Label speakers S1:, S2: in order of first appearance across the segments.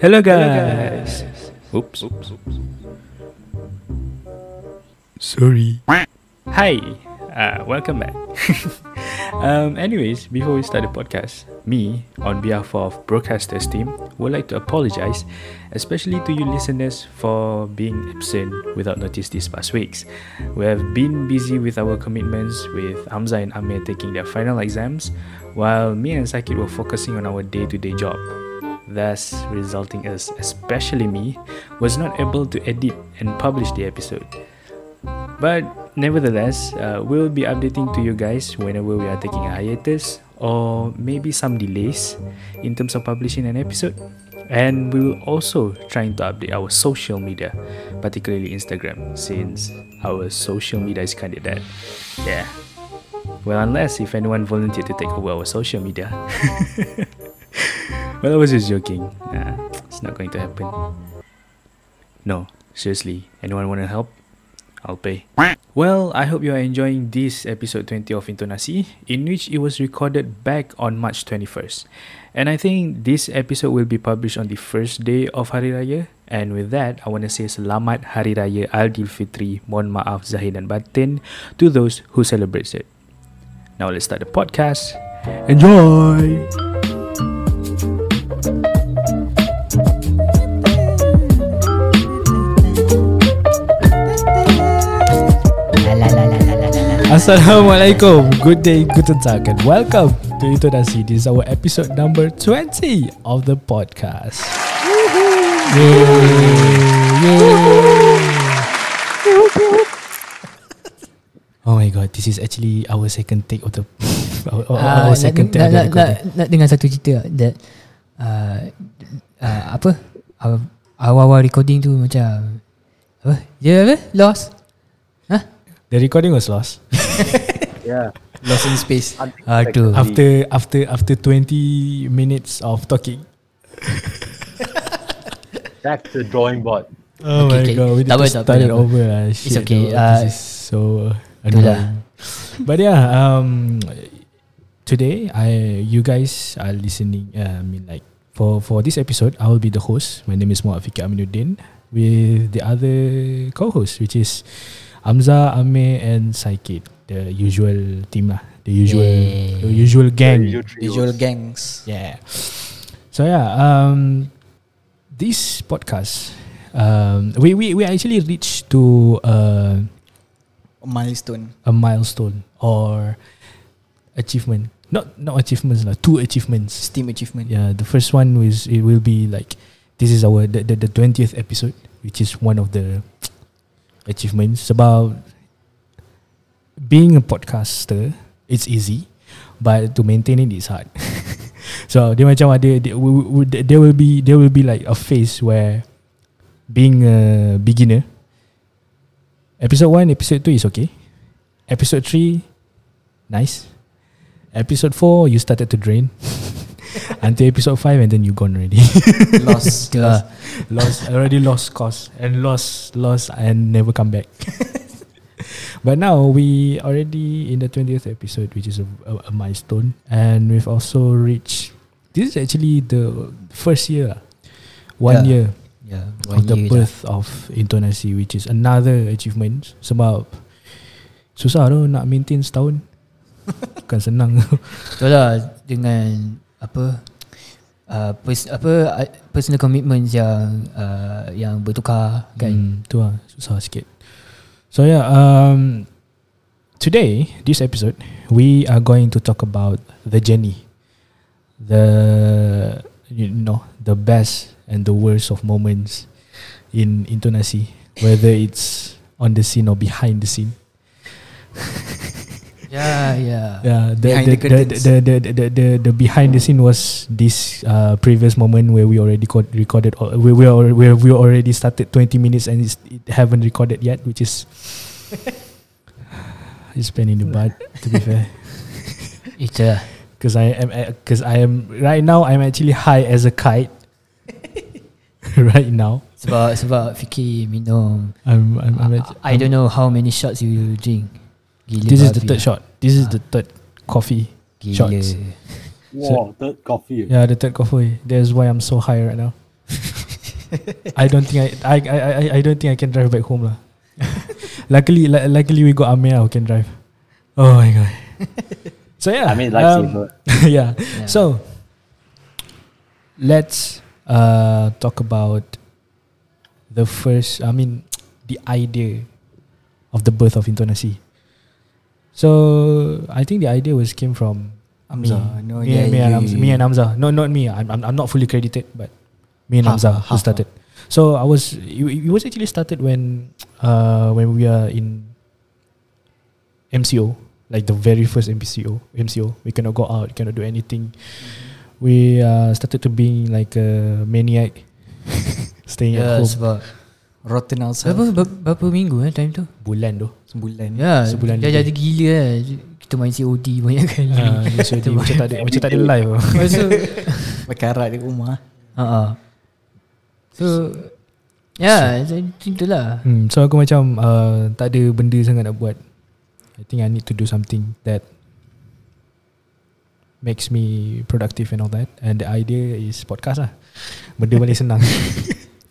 S1: Hello guys. Oops. Sorry. Hi. Uh, welcome back. um, anyways, before we start the podcast, me, on behalf of Broadcasters team, would like to apologize, especially to you listeners, for being absent without notice these past weeks. We have been busy with our commitments, with Hamza and Amir taking their final exams, while me and Sakit were focusing on our day-to-day job. Thus, resulting us, especially me, was not able to edit and publish the episode. But nevertheless, uh, we'll be updating to you guys whenever we are taking a hiatus or maybe some delays in terms of publishing an episode. And we will also trying to update our social media, particularly Instagram, since our social media is kind of dead. Yeah. Well, unless if anyone volunteered to take over our social media. well, I was just joking. Nah, it's not going to happen. No, seriously. Anyone want to help? I'll pay. Well, I hope you are enjoying this episode 20 of Intonasi, in which it was recorded back on March 21st. And I think this episode will be published on the first day of Hari Raya. And with that, I want to say Selamat Hari Raya Adil Fitri, Mohon Maaf Zahir dan Batin to those who celebrates it. Now let's start the podcast. Enjoy!
S2: Assalamualaikum. Good day, guten tag, and welcome to Intonasi. This is our episode number 20 of the podcast. Yay, yay. Oh my god, this is actually our second take of the our, our-
S3: Ah,
S2: our
S3: nak,
S2: second take
S3: nak,
S2: of the
S3: nak, nak,
S2: recording.
S3: nak dengar satu cerita that uh, uh, apa uh, awal-awal recording tu macam apa dia apa lost
S2: The recording was lost
S4: Yeah.
S3: lost in space aduh
S2: after after after 20 minutes of talking.
S4: Back to the drawing board.
S2: Oh my
S3: Okay, okay.
S2: god, we need
S3: Tak apa,
S2: to
S3: tak apa,
S2: start
S3: tak
S2: it
S3: apa.
S2: over lah. Shit,
S3: okay,
S2: though,
S3: uh,
S2: this is so
S3: itulah.
S2: annoying. But yeah, um, today I you guys are listening. Uh, I mean, like for for this episode, I will be the host. My name is Muhammad Fikir Aminuddin with the other co-host, which is Amza, Ame, and Saikid. The usual team lah, the usual,
S3: Yay.
S2: the usual gang.
S4: Your
S5: Visual
S4: trios.
S5: gangs.
S2: Yeah. So yeah, um, this podcast, um, we we we actually reached to uh,
S5: Milestone.
S2: a milestone or achievement. Not not achievements lah, two achievements.
S5: Steam achievement.
S2: Yeah, the first one was it will be like this is our the the twentieth episode, which is one of the achievements about being a podcaster. It's easy, but to maintain it is hard. so dia macam ada dia- we- we- there will be there will be like a phase where being a beginner. Episode one, episode two is okay. Episode three, nice. Episode four, you started to drain. Until episode five, and then you gone already.
S5: Lost.
S2: Yeah. lost already lost cause and lost lost and never come back. but now we already in the twentieth episode, which is a, a, a milestone, and we've also reached. This is actually the first year, ah. one
S3: Yeah.
S2: year
S3: yeah,
S2: of
S3: one
S2: the
S3: year dah.
S2: birth of intonasi, which is another achievement. Sebab susah tu nak maintain setahun. Bukan senang.
S3: betul lah dengan apa uh, pers- apa uh, personal commitments yang uh, yang bertukar kan
S2: Mm, tu lah susah sikit. So yeah, um, today this episode we are going to talk about the journey, the you know the best and the worst of moments in intonasi, whether it's on the scene or behind the scene.
S3: ya ya
S2: Yeah, the
S5: Behind
S2: the, the, the,
S5: the curtains.
S2: the, the, the, the behind the scene was this uh, previous moment where we already co- recorded all, we we are, where we already started 20 minutes and it's, it haven't recorded yet, which is it's pain in the butt to be fair.
S3: itu lah
S2: Because I am because I am right now I'm actually high as a kite. right now,
S3: sebab sebab fikir minum
S2: I'm I'm, I'm act-
S3: Ah, Uh, I don't know how many shots you drink. Gila
S2: This is the
S3: babi.
S2: third shot. This is
S3: Ah.
S2: the third coffee.
S3: Gila.
S2: shots.
S4: Wow, third coffee.
S2: Yeah, the third coffee. That's why I'm so high right now. I don't think I I, I I I don't think I can drive back home lah. luckily, lu- luckily we got Amir who can drive. Oh my god. so yeah,
S4: I mean, like,
S2: um, yeah.
S3: Yeah.
S2: So let's uh, talk about the first. I mean, the idea of the birth of intonasi. So I think the idea was came from
S5: Hamza,
S2: Me,
S5: no,
S2: me,
S5: yeah,
S2: me, and
S5: you-
S2: Hamza,
S5: you-
S2: me and Hamza. No, not me. I'm, I'm, I'm not fully credited, but me and
S5: Half,
S2: Hamza who
S5: half,
S2: started. So I was. It, it was actually started when uh, when we are in MCO, like the very first MCO. MCO, we cannot go out, cannot do anything. We uh, started to being like a maniac, staying at
S3: Ya
S2: home.
S3: sebab
S5: Rotten
S3: Berapa,
S5: ourselves
S3: ber- berapa minggu eh time tu
S2: Bulan tu.
S5: Sebulan
S3: Ya
S2: Sebulan
S3: Dah
S2: lebih.
S3: jadi gila eh Kita main COD banyak kali
S2: Uh, so dia macam tak ada macam tak ada ah. live.
S3: Lepas tu
S5: Berkarat di rumah
S3: uh-uh. So Ya Macam tu lah
S2: Hmm, so aku macam uh, tak ada benda sangat nak buat. I think I need to do something that makes me productive and all that. And the idea is podcast lah. Benda paling senang.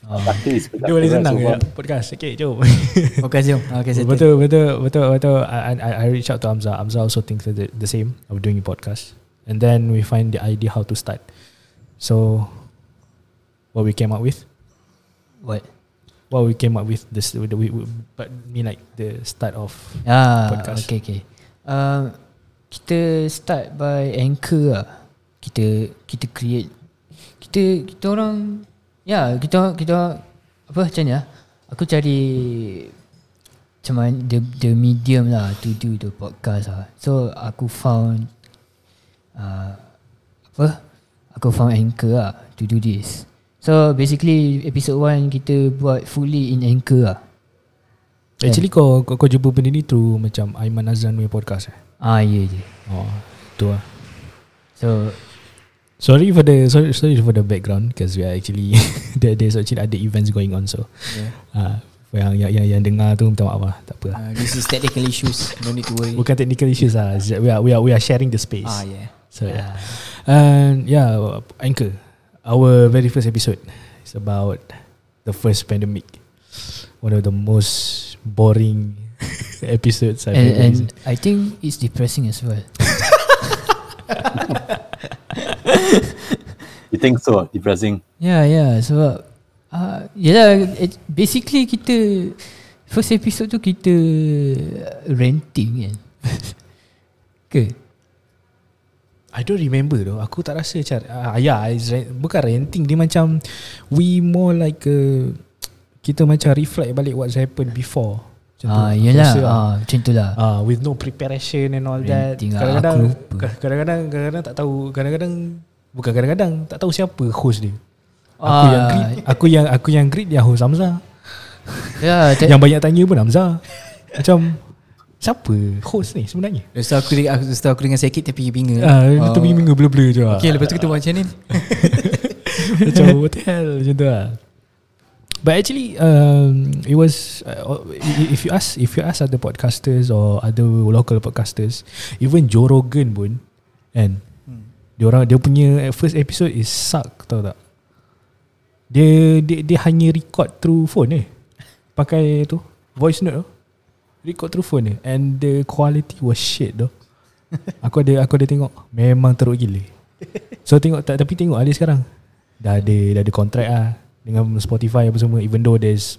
S4: Sakti is
S2: Benda paling senang
S4: so
S2: je
S4: what-
S2: podcast. Okay, jom.
S5: Okay jom Okay settle
S2: betul, betul, betul, betul. I, I, I reach out to Hamza. Hamza also thinks the, the same of doing a podcast. And then we find the idea how to start. So, what we came up with
S3: What
S2: what we came up with this the, we, we, but mean like the start of
S3: Ah,
S2: Podcast.
S3: Okay okay uh, Kita start by anchor lah Kita Kita create Kita Kita orang Ya yeah, kita Kita Apa macam ni lah Aku cari Macam mana the, the medium lah To do the podcast lah So aku found uh, Apa Aku found anchor lah To do this So basically episode 1 kita buat fully in anchor lah
S2: actually kau, kau kau jumpa benda ni through macam Aiman Azlan punya podcast eh
S3: Ah ya yeah, je
S2: oh tu lah
S3: So
S2: sorry for the sorry, sorry for the background because we are actually there, there's actually other events going on so
S5: Yeah.
S2: uh, yang, yang yang yang dengar tu minta maaf lah tak apa lah.
S5: Uh, This is technical issues No need to worry
S2: bukan technical issues lah it's just we are we are we are sharing the space
S5: Ah yeah
S2: So yeah. And yeah, Anchor. Our very first episode is about the first pandemic. One of the most boring episodes I've
S3: and,
S2: ever
S3: and
S2: listened.
S3: I think it's depressing as well.
S4: You think so? Depressing.
S3: Yeah, yeah. Sebab uh, yelah, it, basically kita first episode tu kita renting kan. ke?
S2: I don't remember though. Aku tak rasa macam uh, yeah, it's rent, bukan renting dia macam we more like uh, kita macam reflect balik what's happened before. Macam tu.
S3: Ah,
S2: Aku
S3: yelah.
S2: rasa lah.
S3: Ah, macam tu lah.
S2: uh, with no preparation and all that.
S3: Renting lah,
S2: Kadang-kadang
S3: aku lupa.
S2: ka- kadang-kadang kadang-kadang tak tahu kadang-kadang bukan kadang-kadang tak tahu siapa host dia. Aku
S3: Ah.
S2: yang greet, aku yang aku yang greet dia host Hamza.
S3: Yeah, that,
S2: Yang banyak tanya pun Hamza. Macam siapa host ni sebenarnya?
S5: Lepas tu aku, aku, lepas tu aku dengar sakit Tapi bingung
S3: Ya.
S2: Ah, uh,
S3: Oh.
S2: tu minggu blur-blur je lah.
S5: Oh. Okay lepas tu kita buat macam ni
S2: macam what the hell macam tu lah. But actually um, it was uh, if you ask if you ask other podcasters or other local podcasters even Joe Rogan pun kan dia orang dia punya first episode is suck tau tak dia dia, dia hanya record through phone eh pakai tu voice note tu record through phone eh and the quality was shit tu aku ada aku ada tengok memang teruk gila So tengok tak tapi tengok ada sekarang. Dah ada dah ada kontrak ah dengan Spotify apa semua even though there's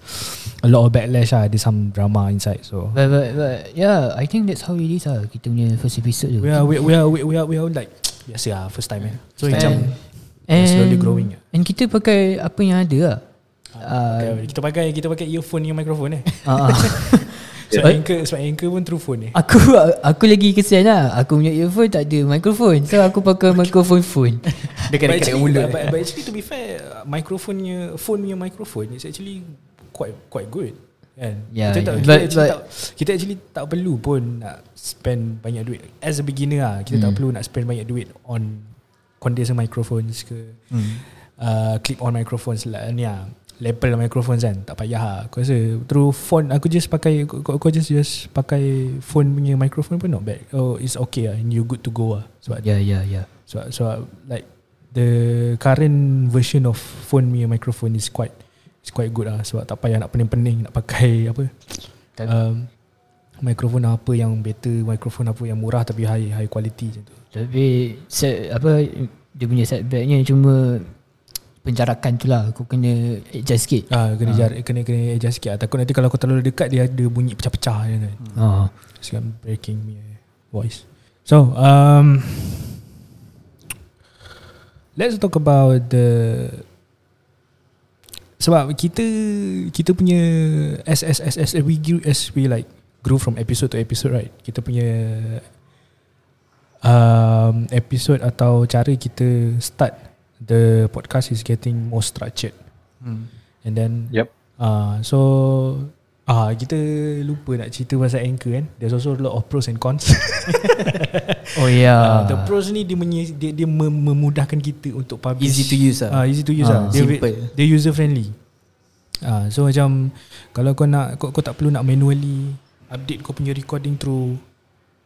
S2: a lot of backlash ah there's some drama inside so
S3: but, but, but, yeah, I think that's how it is lah. Kita punya first episode tu.
S2: we are we, we are we, we are we are like biasa ah first time eh. So
S3: And-
S2: macam
S3: and,
S2: slowly growing.
S3: And kita pakai apa yang ada lah. Ah,
S2: okay, kita pakai kita pakai earphone dengan microphone eh.
S3: ah, ah.
S2: Sebab anchor sebab anchor pun through phone eh.
S3: Aku aku lagi kesian lah Aku punya earphone tak ada microphone So aku pakai microphone phone
S2: But
S5: Dekat-dekat
S2: actually,
S5: mulut
S2: but, but, but actually to be fair microphone-nya phone punya microphone is actually quite quite good kan
S3: Yeah,
S2: kita, tak,
S3: yeah.
S2: kita,
S3: But-
S2: actually
S3: but-
S2: tak, kita actually tak perlu pun nak spend banyak duit as a beginner lah kita
S3: Hmm.
S2: tak perlu nak spend banyak duit on condenser microphones ke
S3: Hmm.
S2: uh, clip on microphones lah ni lah lapel microphones kan tak payah lah aku rasa through phone aku just pakai aku, aku just just pakai phone punya ah. microphone pun not bad oh it's okay lah and you good to go lah sebab
S3: Ya ya ya
S2: so so like the current version of phone punya microphone is quite is quite good lah sebab tak payah nak pening-pening nak pakai apa
S3: Tak-
S2: um, microphone apa yang better microphone apa yang murah tapi high high quality macam tu
S3: Tapi set, apa dia punya setbacknya cuma penjarakan tu lah. Aku kena adjust sikit.
S2: ah kena jarak kena kena adjust sikit lah. takut nanti kalau kau terlalu dekat dia ada bunyi pecah-pecah je kan
S3: Ha.
S2: So I'm breaking my voice. So um, let's talk about the sebab kita kita punya as as as as we grew as we like grew from episode to episode right kita punya um, episode atau cara kita start the podcast is getting more structured
S5: Hmm.
S2: and then
S4: Yep.
S2: Ah, so ah kita lupa nak cerita pasal anchor kan. There's also a lot of pros and cons.
S3: Oh ya.
S2: Ah, the pros ni dia menye, dia, dia mem- memudahkan kita untuk publish.
S5: Easy to use
S2: Ah,
S5: lah.
S2: easy to use ah.
S3: Ah,
S2: Dia,
S5: simple.
S2: dia user friendly. Ah, so macam kalau kau nak kau, kau tak perlu nak manually update kau punya recording through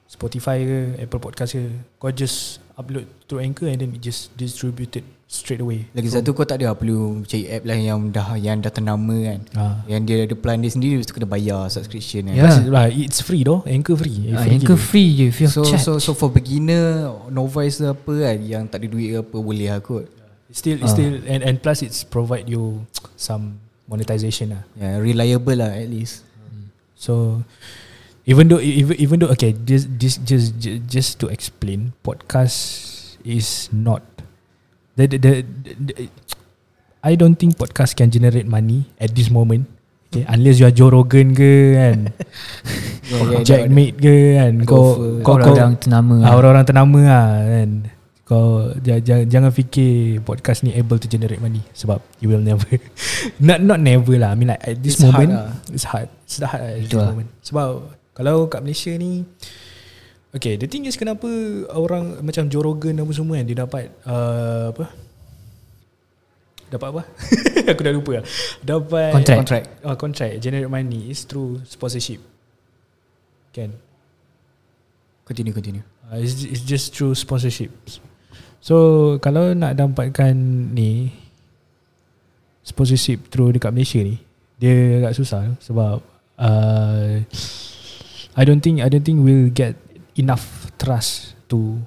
S2: Spotify ke Apple Podcast ke kau just upload through Anchor and then it just distributed straight away.
S5: Lagi satu kau tak ada lah perlu cari app lain yang dah yang dah ternama kan.
S2: Ah.
S5: Yang dia ada plan dia sendiri lepas tu kena bayar subscription kan.
S3: Ya.
S2: Plus, ah, it's free though. Anchor free.
S3: Ah, yang ke
S2: gila.
S3: free je Free of
S5: So,
S3: charge
S5: so so for beginner novice ke apa kan yang tak ada duit ke apa boleh lah kot.
S2: It's
S3: Ah.
S2: still it's still and and plus it's provide you some monetization lah.
S5: Yeah, reliable lah at least.
S2: So even though e-, even even though okay just just just ju- just to explain podcast is not the the, the, the, the- I don't think podcast can generate money at this moment. Okay, unless you are Joe Rogan ke kan,
S5: Yeah, yeah,
S2: Jack
S5: yeah.
S2: Mate ke kan,
S5: Ada
S2: kau
S5: offer.
S2: kau kau
S3: orang ternama eh.
S2: ah, orang-orang ternama lah kan. Kau j- jangan fikir podcast ni able to generate money sebab you will never not not never lah. I mean like at this
S5: It's hard
S2: moment
S5: lah.
S2: it's hard. It's hard lah at
S3: Betul
S2: this
S3: lah.
S2: moment. Sebab kalau kat Malaysia ni Okay, the thing is kenapa orang macam Joe Rogan apa semua kan dia dapat uh, apa? Dapat apa? Aku dah lupa lah. Dapat
S3: Contract.
S5: Contract.
S2: Oh, contract generate money is through sponsorship. Kan?
S5: Continue continue.
S2: Uh, it's, it's just through sponsorships. So kalau nak dapatkan ni sponsorship through dekat Malaysia ni, dia agak susah sebab uh, I don't think I don't think we'll get enough trust to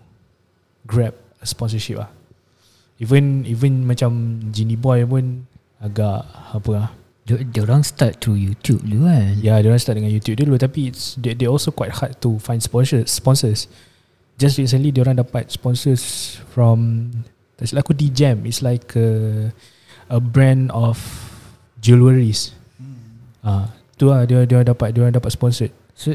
S2: grab a sponsorship lah. Even even macam Genie Boy pun agak apa lah.
S3: Dia dia orang start through YouTube dulu kan
S2: Ya, yeah, dia orang start dengan YouTube dulu tapi it's they, they also quite hard to find sponsors. Sponsors. Just recently dia orang dapat sponsors from tak silap aku DJam. It's like a, a brand of jewelries. Ah, tu lah dia dia orang dapat dia orang dapat sponsored.
S3: So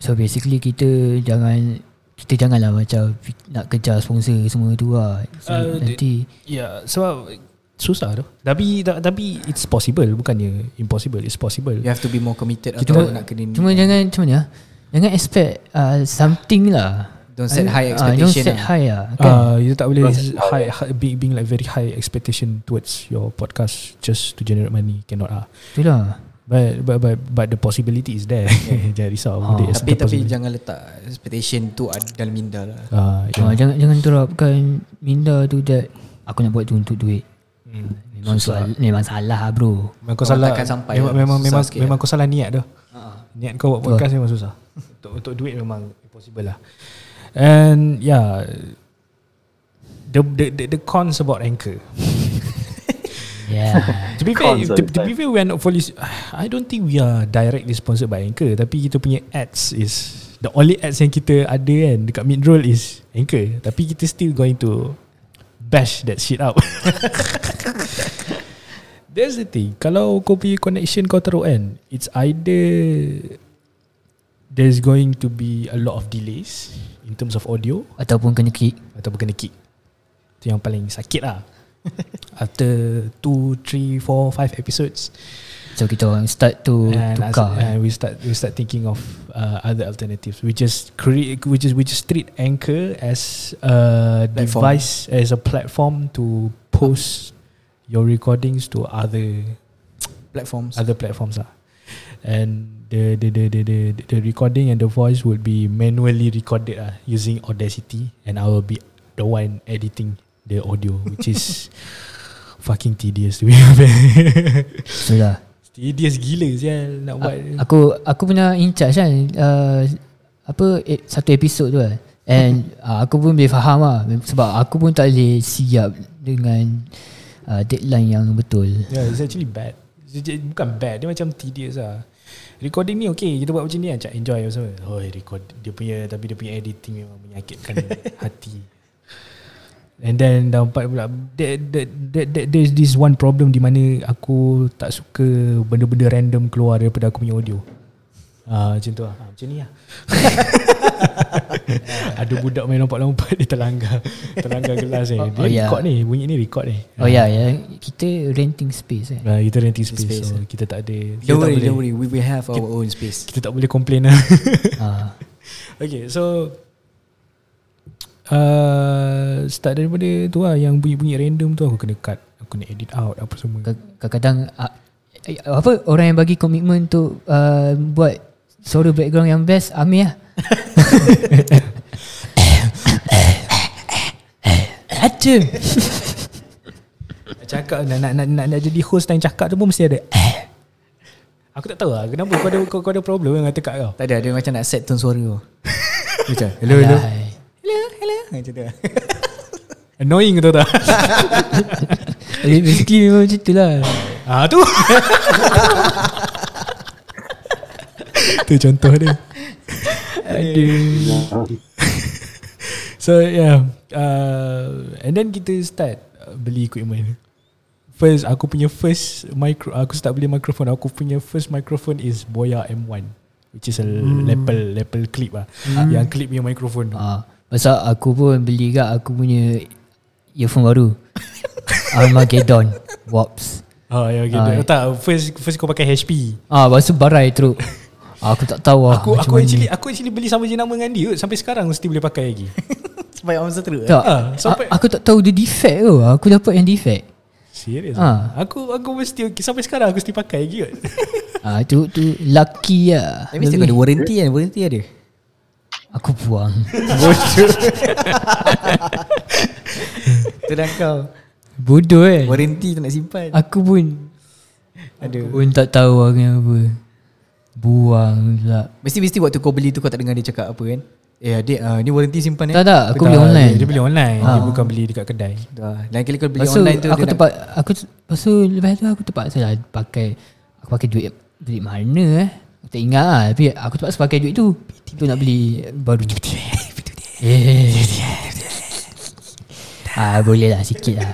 S3: So basically kita jangan kita janganlah macam fi- nak kejar sponsor semua tu lah so,
S2: Uh,
S3: uh, Nanti
S2: Ya, yeah, sebab susah tu. Tapi ta- tapi it's possible bukannya impossible. It's possible.
S5: You have to be more committed
S3: Kita
S5: atau
S3: ma-
S5: nak kena
S3: Cuma jangan macam mana ah? Jangan expect uh, something lah
S5: Don't set high
S3: Ah, Don't
S5: expectation
S3: set
S5: lah.
S3: high lah kan?
S2: Uh, you tak boleh
S4: Because-
S2: high, high, being, being like very high expectation towards your podcast just to generate money cannot ah.
S3: Itulah
S2: But but but but the possibility is there. Yeah. Jangan risau.
S3: Ah,
S2: There is
S5: Tapi
S2: the
S5: tapi
S2: possibility.
S5: jangan letak expectation tu ada dalam minda lah.
S2: Ah, yeah.
S3: yeah. jangan jangan terapkan minda tu that aku nak buat tu untuk duit.
S2: Hmm.
S3: Memang salah, memang salah bro.
S2: Memang kau
S5: Orang
S2: salah.
S5: takkan sampai
S2: Memang
S5: lah.
S2: memang
S5: Susah
S2: memang,
S5: sikit Ah,
S2: memang kau salah niat dah. Niat kau buat
S3: Betul.
S2: podcast memang susah. untuk untuk duit memang impossible lah. And yeah, the the the, the cons about anchor.
S3: Yeah.
S2: To be fair,
S4: Cons
S2: to,
S4: are the
S2: to be
S4: time.
S2: fair, we are not fully. I don't think we are directly sponsored by Anchor. Tapi kita punya ads is the only ads yang kita ada kan dekat midroll is Anchor. Tapi kita still going to bash that shit out. That's the thing. Kalau kau punya connection kau teruk kan, it's either there's going to be a lot of delays in terms of audio
S3: Ataupun kena kick.
S2: atau kena kick. Itu yang paling sakit lah. After 2, 3, 4, 5 episodes
S3: So kita orang start to
S5: Eh,
S2: and
S3: Oh, tukar.
S2: as- and we start we start thinking of uh, other alternatives. We just create we just we just treat Anchor as a
S5: Platform.
S2: device as a platform to post your recordings to other
S5: Platforms.
S2: other platforms lah. And the the, the the the the recording and the voice would be manually recorded ah using Audacity and I will be the one editing the audio which is fucking tedious to be fair.
S3: Itulah
S2: tedious gila sial nak buat.
S3: A- Ah, aku aku punya in charge kan uh, apa eh, satu episod tu kan and uh, aku pun boleh faham lah sebab aku pun tak boleh siap dengan uh, deadline yang betul
S2: Yeah, it's actually bad. It's actually- Bukan bad, dia macam tedious lah. Recording ni okay, kita buat macam ni lah, Cak enjoy apa semua. Oh, record dia punya tapi dia punya editing memang menyakitkan hati. And then dapat pula that, that, that, that, There's this one problem Di mana aku Tak suka Benda-benda random Keluar daripada aku punya audio Ah, Macam tu lah Ah, Macam ni lah Ada budak main lompat-lompat Dia terlanggar Terlanggar gelas ni Dia
S3: Oh, ya.
S2: record ni Bunyi ni record ni
S3: oh ya yeah, yeah. kita renting space kan
S2: Nah, Uh, kita renting space,
S5: Space,
S2: space eh. so
S5: yeah.
S2: kita tak ada kita tak
S5: Don't worry,
S2: boleh,
S5: don't worry. We will have our own space.
S2: kita tak boleh complain lah.
S3: uh,
S2: okay, so uh, start daripada tu lah yang bunyi-bunyi random tu aku kena cut, aku kena edit out apa semua.
S3: kadang-kadang uh, eh, apa orang yang bagi komitmen untuk uh, buat suara background yang best Amir lah Aduh
S2: Cakap nak nak, nak nak nak jadi host time cakap tu pun mesti ada. aku tak tahu lah kenapa kau ada kau, kau ada problem dengan tekak kau.
S5: Tak ada, dia macam nak set tone suara tu. macam, hello, hello.
S3: Alahai.
S5: Hello, hello. Macam tu.
S2: Annoying tu tak?
S3: Basically memang macam tu lah
S2: ah tu. tu contoh dia. So yeah uh, And then kita start uh, Beli equipment First Aku punya first micro, Aku start beli microphone Aku punya first microphone Is Boya M1 Which is a mm. lapel Lapel clip lah mm. Yang clip punya microphone tu
S3: Hmm. Ah, pasal aku pun beli kat aku punya earphone baru. Ah, Armageddon Wops.
S2: Ah, ya, gitu.
S3: Ah.
S2: tak first first kau pakai HP.
S3: Ah, lepas tu barai teruk. Ah, aku tak tahu lah
S2: Aku
S3: macam
S2: aku
S3: mana.
S2: actually aku actually beli sama je nama dengan dia kot. sampai sekarang mesti boleh pakai lagi.
S5: Sampai orang seteruk.
S3: tak,
S2: Ah,
S3: ah,
S2: sampai-
S3: aku tak tahu dia defect tu. Aku dapat yang defect.
S2: Serius.
S3: Ah.
S2: Aku aku mesti sampai sekarang aku mesti pakai lagi kot.
S3: Ah, tu tu lucky lah.
S5: Tapi still ada warranty kan? Warranty ada.
S3: Aku buang.
S5: Tu dah kau.
S3: Bodoh eh.
S5: Warranty tu nak simpan.
S3: Aku pun
S5: Ada.
S3: aku pun tak tahu lah kenapa. Buang pula.
S5: Mesti-mesti waktu kau beli tu kau tak dengar dia cakap apa kan? Eh adik, ah, ni warranty simpan
S3: Tak
S5: eh.
S3: tak, aku beli
S2: Tak,
S3: online.
S2: Dia,
S3: Ah.
S2: dia beli online. Dia bukan beli dekat kedai.
S5: Dah. Ah, Lain kali kau beli
S3: Lepas tu
S5: online tu
S3: aku
S5: dia nak-
S3: tempat aku lepas tu lepas tu aku terpaksa lah pakai aku pakai duit duit mana eh. Aku tak ingat lah tapi aku terpaksa pakai duit tu. Tu nak beli baru Eh. Ah boleh lah sikit lah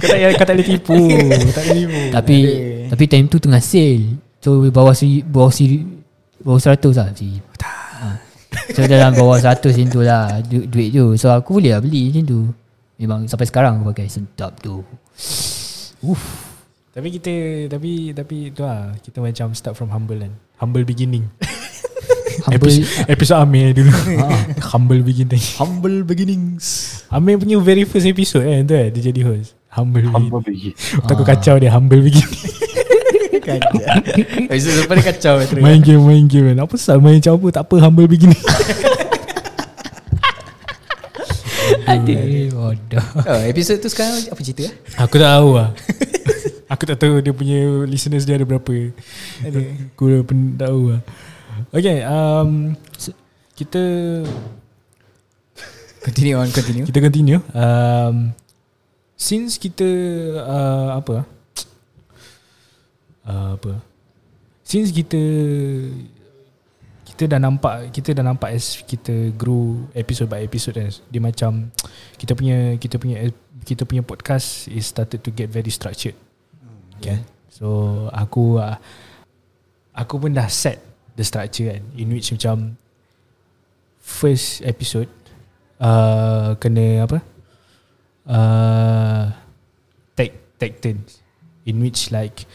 S2: Kau tak payah- kau tak boleh tipu. tak boleh tipu.
S3: Tapi Tapi time tu tengah sale So bawah si Bawah si Bawah seratus lah si. Ah. So dalam bawah seratus macam tu lah du, Duit tu So aku boleh lah beli macam tu Memang sampai sekarang aku pakai Sedap tu
S2: Tapi kita tapi tapi tu lah kita macam start from humble kan. Humble beginning.
S3: Humble
S2: Episode, episode Amir dulu. Ah. humble beginning.
S5: Humble beginnings.
S2: Amir punya very first episode kan tu kan dia jadi host. Humble,
S4: Humble
S2: humble.
S4: begin.
S2: beginning. Tak aku kacau dia humble beginning.
S5: Kacau. Habis tu sampai dia kacau eh, terus.
S2: main game main game kan. Apa sal main macam apa tak apa humble beginning.
S3: Aduh Bodoh
S5: Oh, episod tu sekarang apa cerita eh?
S2: aku tak tahu lah. aku tak tahu dia punya listeners dia ada berapa. Aku pun tak tahu lah. Okay, um, kita
S5: Continue on, continue.
S2: Kita continue. Um, since kita uh, apa? Uh, apa? Since kita kita dah nampak kita dah nampak as kita grow episode by episode kan. Dia macam kita punya kita punya kita punya podcast is started to get very structured. Okay. So aku uh, aku pun dah set the structure kan in which macam first episode uh, kena apa uh, take take turns in which like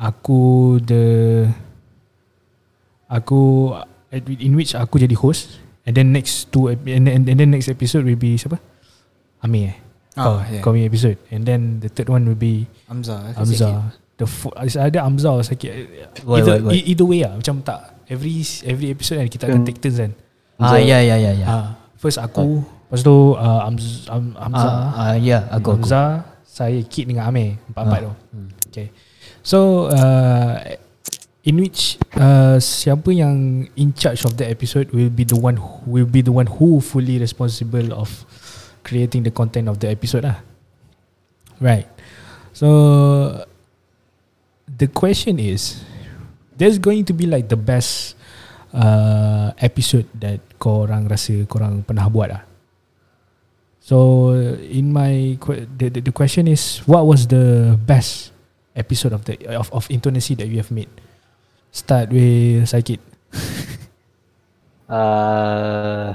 S2: aku the aku in which aku jadi host and then next two ep- and, and, and then next episode will be siapa Amir eh
S5: Ah,
S2: kau,
S5: yeah.
S2: kau punya episode and then the third one will be
S5: Hamzah. eh, sakit.
S2: Amza the four, ada Amza or sakit
S3: Why,
S2: either,
S3: why, why?
S2: e- either way lah macam tak every every episode kan kita akan take turns kan
S3: Ah Hmm. ya ya ya ya
S2: Ah, first aku Lepas tu uh, Amz, Am, Hamzah
S3: Ah, ah, ya, aku aku.
S2: Hamzah Saya Kid dengan Amir Empat-empat tu Okay So uh, In which uh, Siapa yang In charge of that episode Will be the one who, Will be the one who Fully responsible of Creating the content of the episode lah Right So The question is There's going to be like the best uh, Episode that Korang rasa Korang pernah buat lah So uh, in my que- the, the, the question is what was the best episode of the of of Intonacy that you have made? Start with Saikit.
S4: Uh,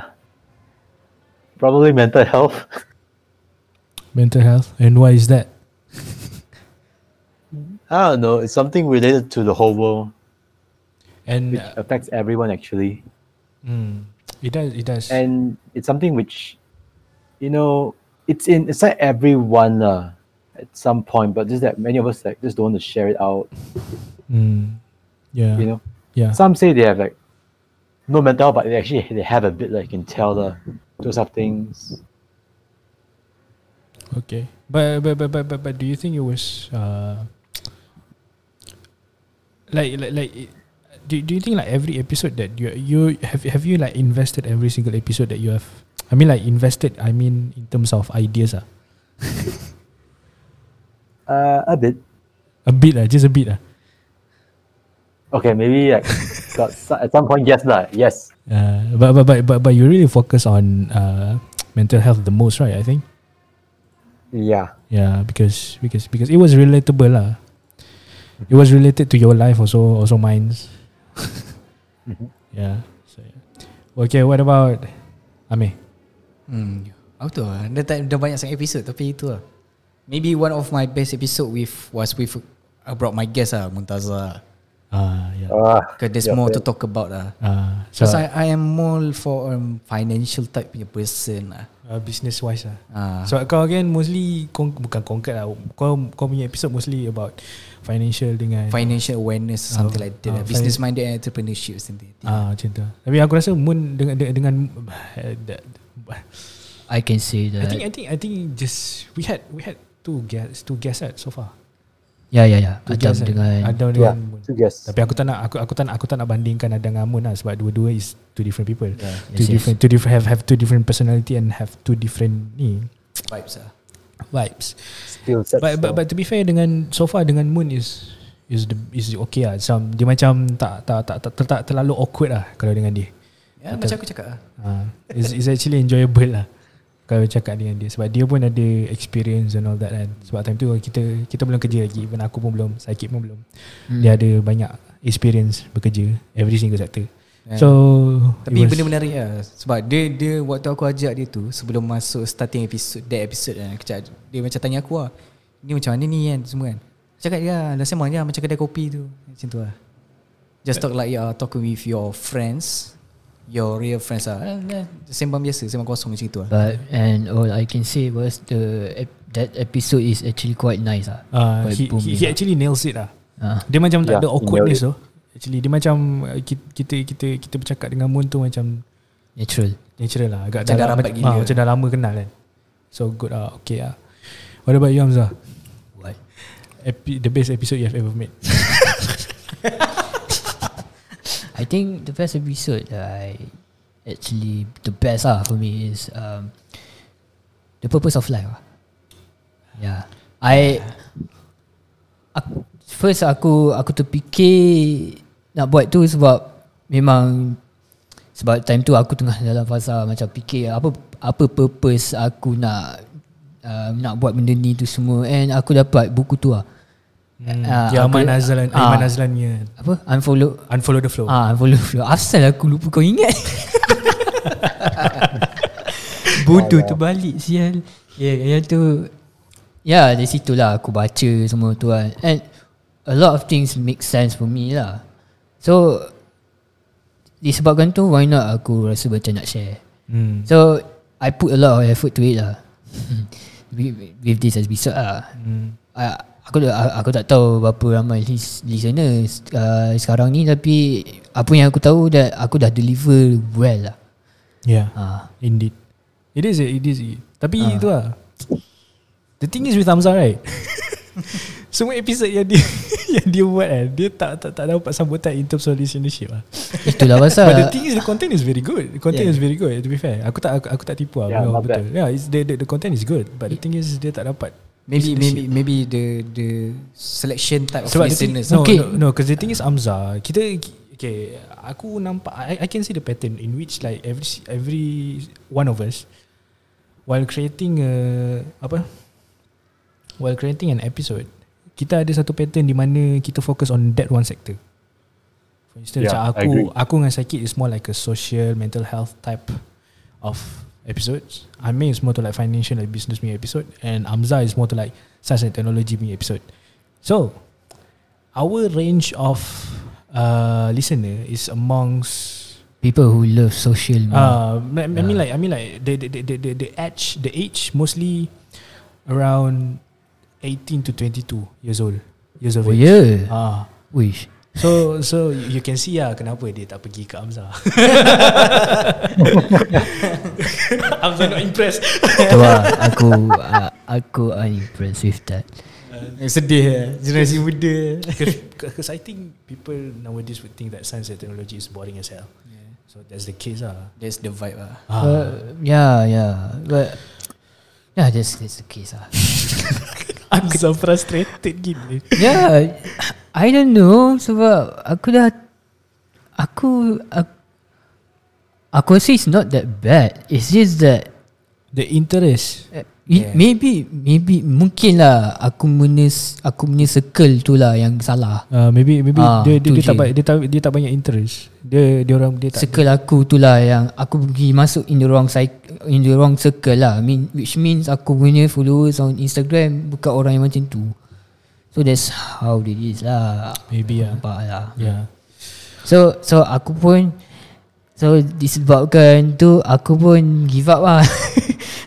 S4: probably mental health.
S2: Mental health and why is that?
S4: I don't know. It's something related to the whole world,
S2: And
S4: which
S2: uh,
S4: affects everyone actually,
S2: mm, it does it does.
S4: and it's something which, you know, it's in it's like everyone uh, at some point, but just that many of us like just don't want to share it out.
S2: Mm, yeah.
S4: You know,
S2: yeah.
S4: some say they have like no mental, health, but they actually they have a bit like you can tell the those are things.
S2: Okay. But but, but but but but do you think it was uh like like like it- do, do you think like every episode that you you have have you like invested every single episode that you have I mean like invested I mean in terms of ideas ah
S4: Uh, a bit.
S2: a bit ah just a bit ah
S4: Okay, maybe like got so- at some point yes lah yes.
S2: uh, but, but but but but you really focus on uh mental health the most right I think
S4: Yeah.
S2: Yeah, because because because it was relatable lah. It was related to your life also, also mine's. yeah. So yeah. Okay, what about Ame?
S5: Hmm. Apa tu? ah? Dia tak dah banyak sangat episod tapi itu lah. Maybe one of my best episode with was with I brought my guest ah Muntaza.
S2: Ah, yeah.
S4: Uh,
S5: Cause there's more to talk about lah.
S2: Ah, so
S5: Because I, I am more for um, financial type punya person lah.
S2: uh, business wise lah.
S5: Ah.
S2: So kau again mostly kau bukan conquer lah. Kau kau punya episode mostly about financial dengan
S5: Financial awareness something
S2: Oh,
S5: like that. lah.
S2: oh,
S5: Business minded and entrepreneurship something.
S2: ah macam tu. Tapi aku rasa Moon dengan dengan, dengan eh, that-
S3: I can say
S2: I
S3: that.
S2: think I think I think just we had we had two guess two guess at so far.
S3: ya ya ya.
S2: Two
S3: Adam
S2: guests, eh?
S3: dengan
S2: Adam
S4: yeah.
S2: dengan Moon.
S4: Two guess.
S2: Tapi aku tak nak aku aku tak nak aku tak nak bandingkan Adam dengan Amun lah sebab dua-dua is two different people. Yeah. Two
S3: Ya, Yes, yes.
S2: different two different have have two different personality and have two different ni
S5: Vibes lah.
S2: vibes.
S4: Skill set.
S2: But, but but to be fair dengan so far dengan Moon is is the, is okay lah. Some, dia macam tak tak tak tak, tak, tak terlalu awkward lah kalau dengan dia.
S5: Ya, macam aku cakap lah.
S2: Uh, is is actually enjoyable lah kalau cakap dengan dia sebab dia pun ada experience and all that kan. Sebab time tu kita kita belum kerja lagi, even aku pun belum, sakit pun belum. Hmm. Dia ada banyak experience bekerja every single sector. Yeah. So it
S5: Tapi
S2: was-
S5: benda menarik lah Sebab dia dia Waktu aku ajak dia tu Sebelum masuk starting episode That episode lah aku cakap- Dia macam tanya aku lah Ni macam mana ni kan Semua kan Cakap dia lah Last time je lah, macam kedai kopi tu Macam tu lah Just talk like you are Talking with your friends Your real friends lah Eh, eh, Sembang biasa Sembang kosong macam tu lah
S3: But and all I can say was the ep- that episode is actually quite nice ah.
S2: uh,
S3: quite
S2: he, he,
S3: booming
S2: he
S3: ah.
S2: actually nails it lah.
S3: Ah.
S2: Dia macam tak
S4: Yeah, Ya,
S2: ada
S4: he
S2: awkwardness tu.
S4: nailed
S2: Actually dia macam uh, kita kita kita, kita bercakap dengan Moon tu macam
S3: natural.
S2: natural lah. Agak
S5: Macam dah rapat
S2: macam,
S5: gila.
S2: ah, macam dah lama kenal kan. So good ah, okay ah. What about you Hamzah?
S3: What?
S2: Epi, the best episode you have ever made.
S3: I think the best episode that I actually the best ah for me is um the purpose of life. ah. Yeah. I aku, first aku aku terfikir nak buat tu sebab memang sebab time tu aku tengah dalam fasa macam fikir apa apa purpose aku nak uh, nak buat benda ni tu semua and aku dapat buku tu ah. Hmm,
S5: Ah,
S2: Ya Aiman Azlan Aiman Azlan punya
S3: Ah, apa unfollow
S2: Unfollow the flow ah.
S3: Ah, follow flow. Asal aku lupa kau ingat. Bodoh terbalik sial. Ya, yeah, yang tu Ya, yeah, dari situ lah aku baca semua tu kan. And a lot of things make sense for me lah. So disebabkan tu why not aku rasa macam nak share.
S2: hmm.
S3: So I put a lot of effort to it lah. with, with this episode lah. Hmm. Uh, aku tak- aku tak tahu berapa ramai lis- listener uh, sekarang ni tapi apa yang aku tahu dah aku dah deliver well lah.
S2: Yeah
S3: Ah.
S2: Indeed It is it is it. Tapi
S5: Ah.
S2: uh. itu lah The thing is with Hamzah right Semua episode yang dia Yang dia buat kan Dia tak tak, tak dapat sambutan In terms of listenership lah
S3: Itulah
S2: But the
S3: pasal
S2: thing is the content is very good. The content
S5: Yeah.
S2: yeah. is very good. To be fair, aku tak aku, aku tak tipu lah.
S4: Yeah,
S2: memang
S4: not
S2: betul. Yeah, it's, the, the the content is good, but the thing is dia tak dapat.
S5: Maybe
S2: Listenership.
S5: maybe maybe the the selection type of
S2: Sebab the thing,
S5: listeners. ah.
S2: no,
S3: Okay.
S2: okay. no, no, because the thing is Amza, kita okay, aku nampak I, I can see the pattern in which like every every one of us while creating a apa while creating an episode, kita ada satu pattern di mana kita fokus on that one sector. For instance,
S4: Yeah,
S2: yeah,
S4: I agree.
S2: aku aku dengan sakit is more like a social mental health type of episodes. Amir is more to like financial like business me episode, and Amza is more to like science and technology me episode. So, our range of uh, listener is amongst
S3: People who love social media.
S2: uh, I, I mean like I mean like the the, the, the, the, the age the age mostly around 18 to 22 years old years of
S3: Oh
S2: age.
S3: yeah
S2: Ah.
S3: Wish
S2: So so you you can see lah kenapa dia tak pergi ke Amza. Amza not impressed.
S3: Tu lah Aku uh, Aku unimpressed with that
S5: Eh, Sedih lah Generasi muda
S2: Because I think people nowadays would think that science and technology is boring as hell.
S5: Yeah.
S2: So that's the case lah.
S5: That's the vibe lah
S2: Ah.
S3: Uh, yeah, yeah. But yeah, that's that's the case. Ah.
S2: I'm so frustrated gila.
S3: yeah, Ya, I don't know sebab aku dah aku aku, aku rasa it's not that bad. It's just that
S2: The interest.
S3: uh, it, yeah. maybe maybe mungkin lah aku punya s- aku punya circle tu lah yang salah.
S2: Uh, maybe maybe
S3: Ah,
S2: ah, dia dia,
S3: tu
S2: dia, tak,
S3: je.
S2: ba- dia tak dia tak banyak interest. Dia dia orang dia tak
S3: Circle aku tu lah yang aku pergi masuk in the wrong cycle, in the wrong circle lah. Mean, which means aku punya followers on Instagram bukan orang yang macam tu. So that's how it is lah.
S2: maybe ah.
S3: Nampak lah.
S2: Yeah.
S3: So so aku pun so disebabkan tu aku pun give up lah.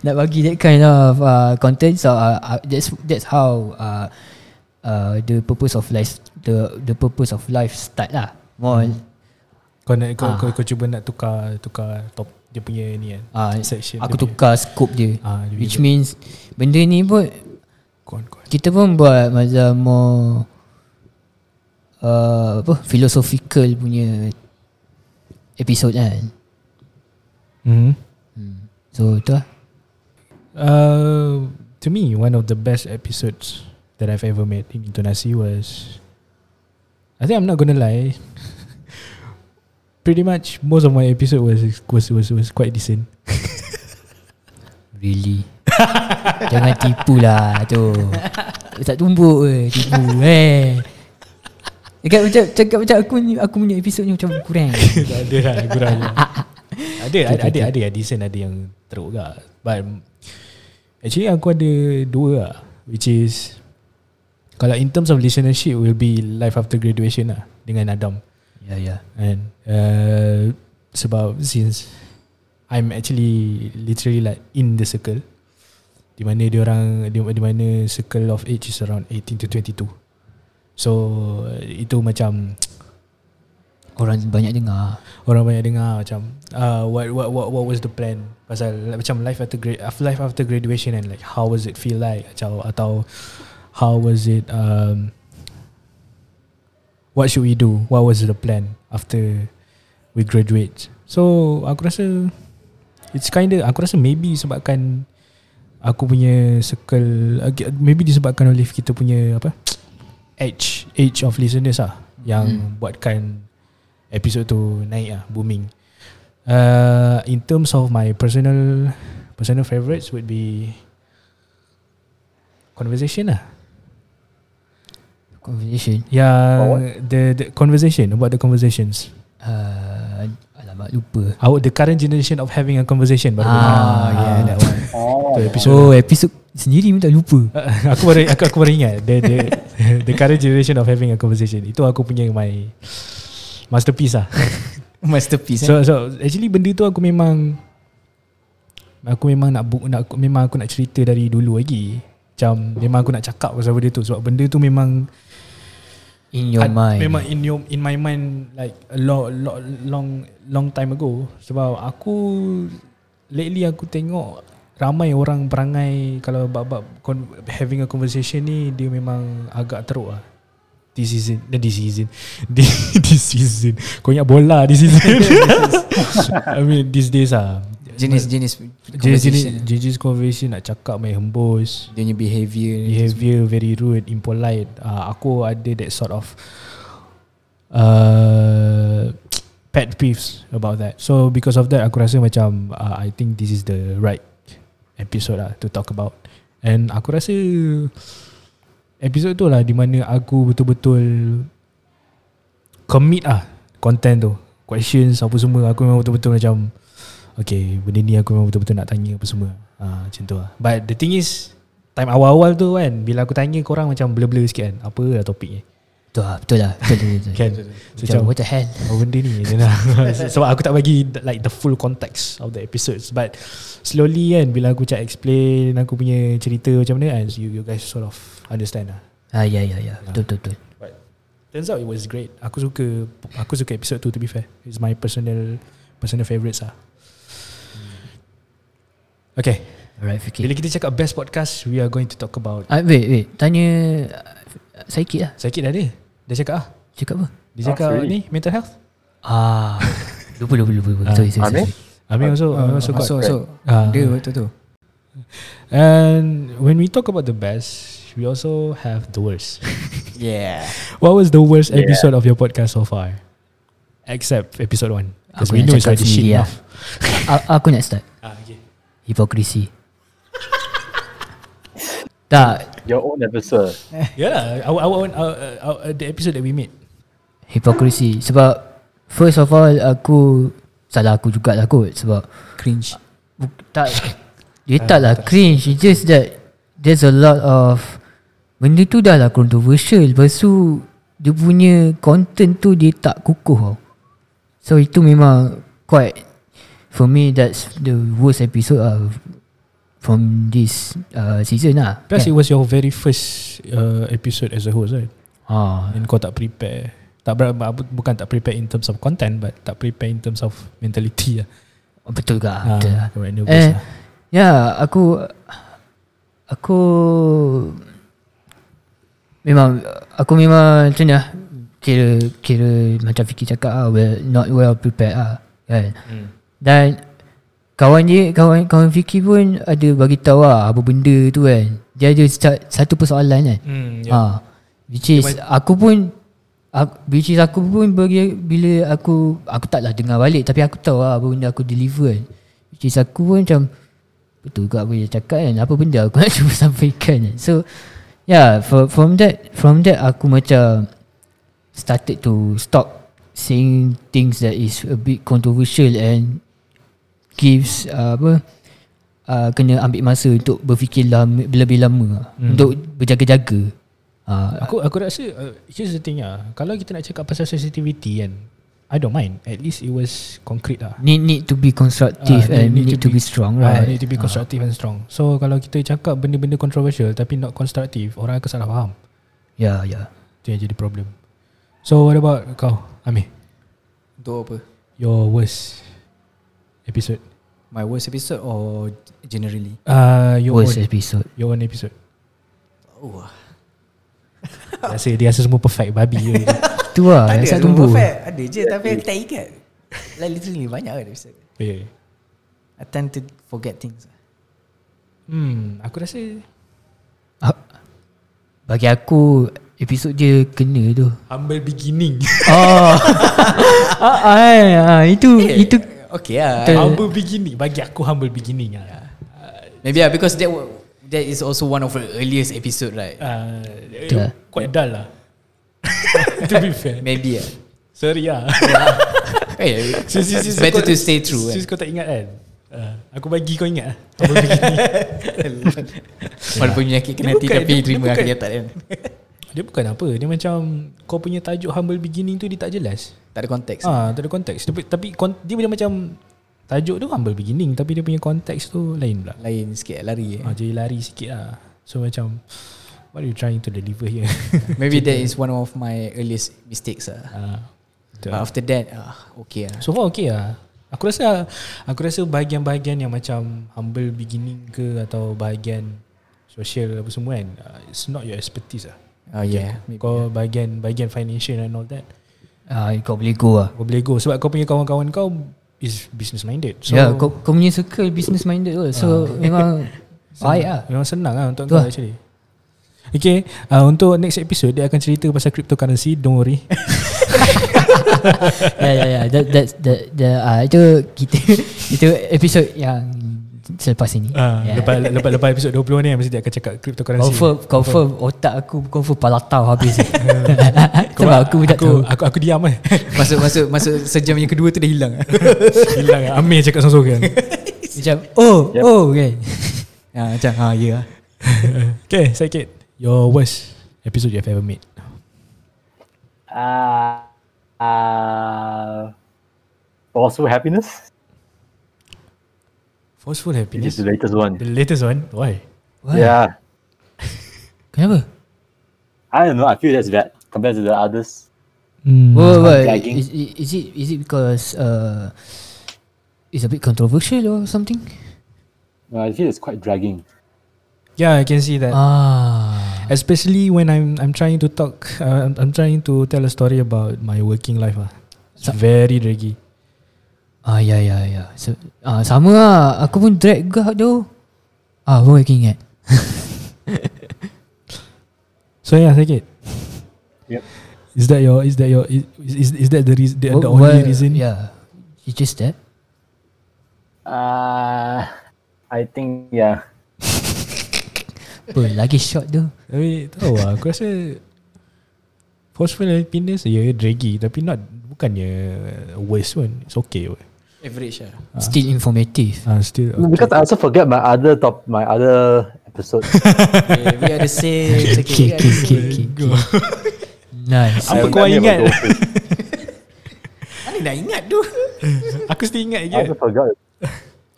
S3: Nak bagi that kind of uh, content so uh, uh, that's that's how uh, uh, the purpose of life the the purpose of life start lah. More
S2: Hmm. Kau nak kau,
S3: Ah.
S2: kau, kau cuba nak tukar tukar top dia punya ni kan.
S3: uh,
S2: Section
S3: aku
S2: dia punya.
S3: tukar scope dia.
S2: Ah, dia
S3: which
S2: punya-
S3: means benda ni pun
S2: Go on, go on.
S3: kita pun buat macam more uh, apa philosophical punya episode kan.
S2: Mm-hmm.
S3: Hmm. So tu lah.
S2: Uh, to me, one of the best episodes that I've ever made in Intonasi was. I think I'm not gonna lie. Pretty much most of my episode was was was, was quite decent.
S3: Really Jangan tipu lah tu Tak tumbuk ke Tipu eh Cakap macam Cakap macam aku ni Aku punya episod ni macam kurang
S2: Tak ada lah kurang. ada ada ada ada yang decent ada yang teruk juga. But actually aku ada dua lah, which is kalau in terms of listenership will be life after graduation lah dengan Adam.
S3: Ya ya
S2: And uh, sebab since I'm actually literally like in the circle di mana dia orang di, di mana circle of age is around 18 to 22. So uh, itu macam
S3: Orang banyak dengar
S2: orang banyak dengar macam uh, what what what what was the plan pasal like, macam life after grad life after graduation and like how was it feel like atau atau how was it um what should we do what was the plan after we graduate so aku rasa it's kinda aku rasa maybe sebabkan aku punya circle uh, maybe disebabkan oleh kita punya apa age age of listeners lah yang
S3: Hmm.
S2: buatkan episode tu naik lah booming uh, in terms of my personal personal favorites would be conversation lah
S3: Conversation
S2: yeah
S4: About what?
S2: Ya, the, the conversation about the conversations
S3: uh, Alamak lupa
S2: our the current generation of having a conversation baru
S3: Ah, yeah, that
S2: one
S4: Oh,
S2: Ah, episode
S3: So episod sendiri pun tak lupa
S2: Uh, aku baru aku, aku baru ingat the, the the current generation of having a conversation itu aku punya my masterpiece lah
S5: Masterpiece so, eh?
S2: so so actually benda tu aku memang aku memang nak bu, nak aku, memang aku nak cerita dari dulu lagi macam memang aku nak cakap pasal benda tu sebab benda tu memang
S3: In your
S2: Ad-
S3: mind
S2: Memang in your in my mind like a long long long, long time ago sebab aku lately aku tengok ramai orang perangai kalau bab-bab con- having a conversation ni dia memang agak teruk lah. This season, eh, this season, this, this season. Kau ingat bola this season. I mean these days ah.
S5: Jenis-jenis
S2: Jenis-jenis
S5: conversation. eh.
S2: jenis conversation nak cakap main hembus
S5: Dia punya behaviour
S2: behavior very rude, impolite. Uh, aku ada that sort of uh, pet peeves about that. So because of that, aku rasa macam uh, I think this is the right episode lah to talk about. And aku rasa episode tu lah di mana aku betul-betul commit ah content tu. Questions apa semua aku memang betul-betul macam okay benda ni aku memang betul-betul nak tanya apa semua. Ah macam tu lah. But the thing is time awal-awal tu kan bila aku tanya korang macam blur-blur sikit kan apa lah topiknya.
S3: Betul lah Betul lah Betul betul, betul.
S2: Kan? So,
S3: Macam what the hell
S2: Oh benda ni je lah Sebab aku tak bagi Like the full context Of the episodes But Slowly kan Bila aku macam explain Aku punya cerita Macam mana kan you, you guys sort of Understand lah
S3: Ah ya ya ya Betul betul betul
S2: But Turns out it was great Aku suka Aku suka episode tu To be fair It's my personal Personal ah. favourites lah Hmm. Okay
S3: Alright Fikir
S2: Bila kita cakap best podcast We are going to talk about
S3: ah, Wait wait Tanya ah, Saikit lah
S2: Sakit dah dia Dia cakap ah
S3: Cakap apa
S2: Dia cakap
S4: sorry.
S2: ni Mental health
S3: Ah Lupa lupa lupa, lupa. Sorry sorry
S4: Amir?
S3: sorry
S2: Amir Ah, also, Amir also
S5: So,
S2: got
S5: so, so
S2: Ah.
S5: Dia waktu tu
S2: And when we talk about the best, we also have the worst.
S5: Yeah
S2: what was the worst episode of your podcast so far? Except episode one, because
S3: Aku
S2: we
S3: nak
S2: know it's
S3: cakap
S2: already shit
S3: sendiri lah.
S2: enough.
S3: A- Aku nak start
S2: Ah, okay.
S3: Hipokrisi Tak
S4: Your own episode.
S2: Yeah, lah, our, our, own- our, uh, our, uh, the episode that we made.
S3: Hipokrisi Sebab First of all Aku Salah aku jugalah kot Sebab
S5: Cringe
S3: Buk- tak dia tak
S2: Ah,
S3: lah cringe it's just that there's a lot of benda tu dah lah controversial lepas tu dia punya content tu dia tak kukuh tau so itu memang quite for me that's the worst episode of from this uh, season lah
S2: Plus, it was your very first uh, episode as a host, right?
S3: ha
S2: And kau tak prepare. Tak ber, ah, bu- bukan tak prepare in terms of content, but tak prepare in terms of mentality lah.
S3: betul ke
S2: Ah,
S3: betul lah
S2: kau right nervous
S3: Eh,
S2: lah.
S3: ya aku aku memang aku memang macam mana kira kira macam Fikir cakap ah well, not well prepared ah kan. Hmm. Dan kawan dia kawan kawan Fikir pun ada bagi tahu ah apa benda tu kan. Dia ada sa- satu persoalan kan.
S2: Hmm, yeah.
S3: Yeah. Ha, which is aku pun aku, which is aku pun bagi bila aku aku taklah dengar balik tapi aku tahu lah apa benda aku deliver kan. Which is aku pun macam betul ke apa dia cakap kan apa benda aku nak cuba sampaikan kan. So yeah for, from that from that aku macam started to stop saying things that is a bit controversial and gives uh, apa uh, kena ambil masa untuk berfikir lama, lebih lama hmm. untuk berjaga-jaga. Uh,
S2: Aku aku rasa uh, here's the thing lah. Kalau kita nak cakap pasal sensitivity kan, I don't mind. At least it was concrete lah.
S3: need need to be constructive
S2: Ah,
S3: uh, and need, need to be, be strong
S2: ah,
S3: right.
S2: need to be constructive and strong. So kalau kita cakap benda-benda controversial tapi not constructive, orang akan salah faham.
S3: Ya ya.
S2: Itu yang jadi problem. So what about kau, Amir?
S5: Untuk apa
S2: Your worst episode.
S5: My worst episode or generally
S2: Uh, your
S3: Worst
S2: own,
S3: episode.
S2: your own episode.
S5: Oh
S2: Rasa dia rasa semua perfect babi je.
S3: Tu
S2: Ah,
S3: lah yang saya tunggu.
S5: Ada je tapi aku tak ingat Like literally banyak kan episode
S2: Oh, yeah.
S5: I tend to forget things
S2: Hmm, aku rasa
S3: Ah, Bagi aku episod dia kena tu.
S2: humble beginning.
S3: Oh. ah, ah, ah, itu itu
S5: Okay lah
S3: Betul.
S2: humble beginning bagi aku humble beginning ah.
S5: Maybe lah because that wa- That is also one of the earliest episode right
S2: Uh, eh,
S3: Betul lah.
S2: Quite dull lah To be fair
S5: Maybe lah
S2: Sorry lah
S5: Eh,
S2: Since- since- since
S5: Better
S2: kau-
S5: to stay true kan
S2: Since kau tak ingat kan uh, Aku bagi kau ingat lah Apa begini.
S5: Walaupun menyakitkan
S2: Dia
S5: hati
S2: bukan-
S5: Tapi
S2: dia- dia
S5: terima
S2: bukan-
S5: kenyataan kan
S2: Dia bukan apa Dia macam Kau punya tajuk humble beginning tu Dia tak jelas
S5: Tak ada konteks
S2: Ah, Tak ada konteks Tapi, tapi kon- dia macam macam Tajuk tu humble beginning Tapi dia punya konteks tu lain pula
S5: Lain sikit lari eh.
S2: ah, Jadi lari sikit lah So macam What are you trying to deliver here
S5: Maybe that is one of my earliest mistakes lah
S2: Ah, betul.
S5: But after that ah, Okay lah
S2: So far okay lah Aku rasa aku rasa bahagian-bahagian yang macam humble beginning ke atau bahagian social apa semua kan uh, it's not your expertise lah.
S5: Oh yeah.
S2: Maybe, kau bahagian bahagian financial and all that.
S3: Ah, kau boleh go lah.
S2: Kau boleh go sebab kau punya kawan-kawan kau is business minded.
S3: So, Ah. yeah, Ya, kau, kau punya circle business minded kot. So memang baik lah.
S2: Memang senang lah untuk
S3: Tu
S2: kau
S3: lah.
S2: actually. Okay, uh, untuk next episode dia akan cerita pasal cryptocurrency. Don't worry.
S3: ya ya ya that that that, that ah, itu kita itu episod yang selepas ini.
S2: Uh, yeah.
S3: Ya.
S2: lepas, lepas lepas episod 20 ni mesti dia akan cakap cryptocurrency.
S3: Confirm, confirm otak aku confirm palatau habis. Sebab aku
S2: Ya.
S3: tak
S2: aku,
S3: tahu.
S2: aku aku diam eh.
S5: Masuk masuk masuk sejam yang kedua tu dah hilang.
S2: Hilang eh. Amir cakap sorang-sorang.
S3: Macam oh
S4: Yep.
S3: oh okay.
S5: ha, macam ha ya. Yeah.
S2: okay, Saikit. Your worst episode you have ever made.
S4: Uh, uh, also happiness. It
S2: Forceful
S4: is
S2: happiness.
S4: the latest one.
S2: The latest one. Why?
S3: Why?
S4: Yeah,
S3: Kenapa?
S4: I don't know. I feel that's bad compared to the others.
S2: Hmm.
S3: Whoa, whoa,
S4: gagging.
S3: is, is, is it is it because uh, it's a bit controversial or something?
S4: No, I feel it's quite dragging.
S2: Yeah, I can see that.
S3: Ah,
S2: Especially when I'm I'm trying to talk, uh, I'm, I'm trying to tell a story about my working life. Ah, it's very draggy.
S3: ah ya ya ya. So, ah sama lah. Aku pun drag juga tu. Ah, apa lagi ingat?
S2: So yeah, Saikit.
S4: Yep.
S2: lah, Is that your is that your is is, is that the reason the, the
S3: Wha-
S2: only
S3: wha-
S2: reason?
S3: Yeah, it's just that.
S4: Uh, I think yeah.
S3: Apa lagi short tu?
S2: Tapi tahu lah Aku rasa Forceful happiness Ya draggy Tapi not Bukannya Worst one It's okay pun
S5: Average lah.
S2: Ah.
S3: Still informative.
S2: uh, Still
S4: No, because I also forget my other top, my other episode.
S5: Okay, we are the same. It's
S3: Okay,
S5: okay.
S3: okay, okay, okay. Nice.
S2: Apa
S4: I-
S2: kau
S4: I never
S2: ingat?
S4: go first.
S5: Mana dah ingat tu?
S2: Aku still ingat
S4: I also forgot.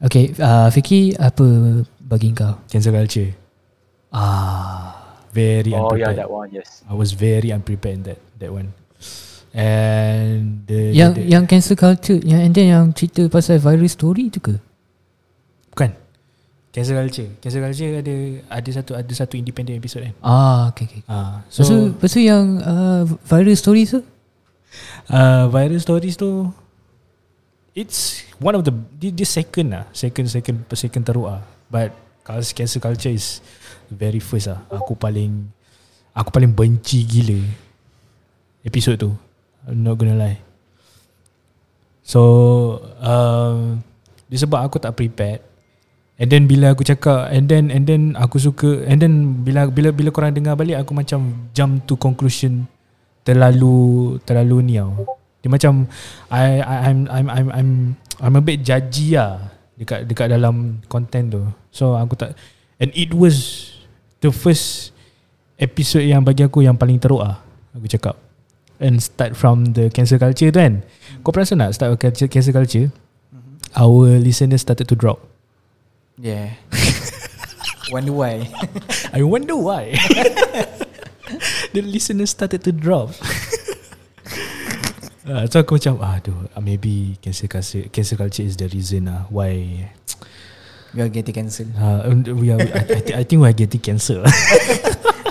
S3: Okay, uh, Vicky, apa bagi kau?
S2: Cancel culture
S3: Ah,
S2: Very
S4: Oh yeah,
S2: unprepared
S4: that one. Yes.
S2: I was very unprepared in that That one And the,
S3: yang
S2: the, the,
S3: yang cancel culture, yang and then yang cerita pasal virus story tu ke?
S2: Bukan Cancel culture Cancel culture ada Ada satu ada satu independent episode kan
S3: Ah, okay, okay.
S2: Ah,
S3: So, so,
S2: so
S3: lepas tu yang uh, virus story tu?
S2: uh, viral stories tu it's one of the this this second lah second second second teruk ah but cul- cancel culture is very first ah aku paling aku paling benci gila episode tu I'm not gonna lie so um, dia sebab aku tak prepared and then bila aku cakap and then and then aku suka and then bila bila bila korang dengar balik aku macam jump to conclusion terlalu terlalu ni tau. Dia macam I, I I'm I'm I'm I'm I'm a bit judgy lah dekat dekat dalam content tu. So aku tak and it was the first episode yang bagi aku yang paling teruk ah aku cakap. And start from the cancer culture tu kan. Kau perasan tak start culture cancer culture? Our listeners started to drop.
S5: Yeah. Wonder why.
S2: I wonder why. the listeners started to drop. Uh, so aku macam Aduh ah, Maybe cancel culture, cancel culture is the reason lah Why
S5: We are getting cancelled.
S2: uh, we are, I, I, thi- I think we are getting cancer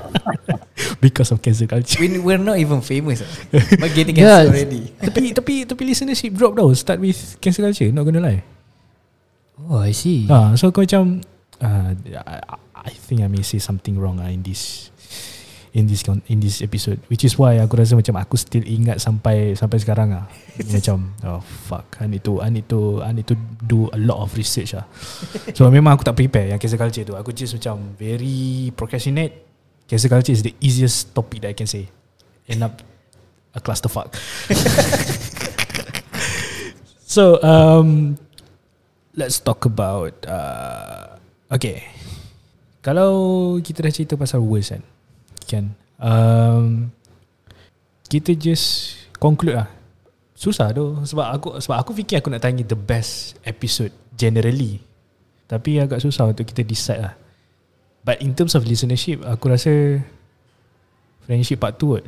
S2: Because of cancel culture
S5: We, we're not even famous. ah. But getting
S3: Yeah.
S5: cancelled already.
S2: Tapi tapi tapi listenership drop tau Start with cancel culture Not gonna lie
S3: Oh, I see.
S2: Ah, so aku macam ah, I, I think I may say something wrong ah in this in this con- in this episode which is why aku rasa macam aku still ingat sampai sampai sekarang ah. macam oh fuck I need to I need to I need to do a lot of research ah. So memang aku tak prepare yang cancel culture tu. Aku just macam very procrastinate. Cancel culture is the easiest topic that I can say. End up a clusterfuck. so um let's talk about uh, okay kalau kita dah cerita pasal worst kan kan um, kita just conclude lah susah tu sebab aku sebab aku fikir aku nak tanya the best episode generally tapi agak susah untuk kita decide lah but in terms of listenership aku rasa friendship part 2 kot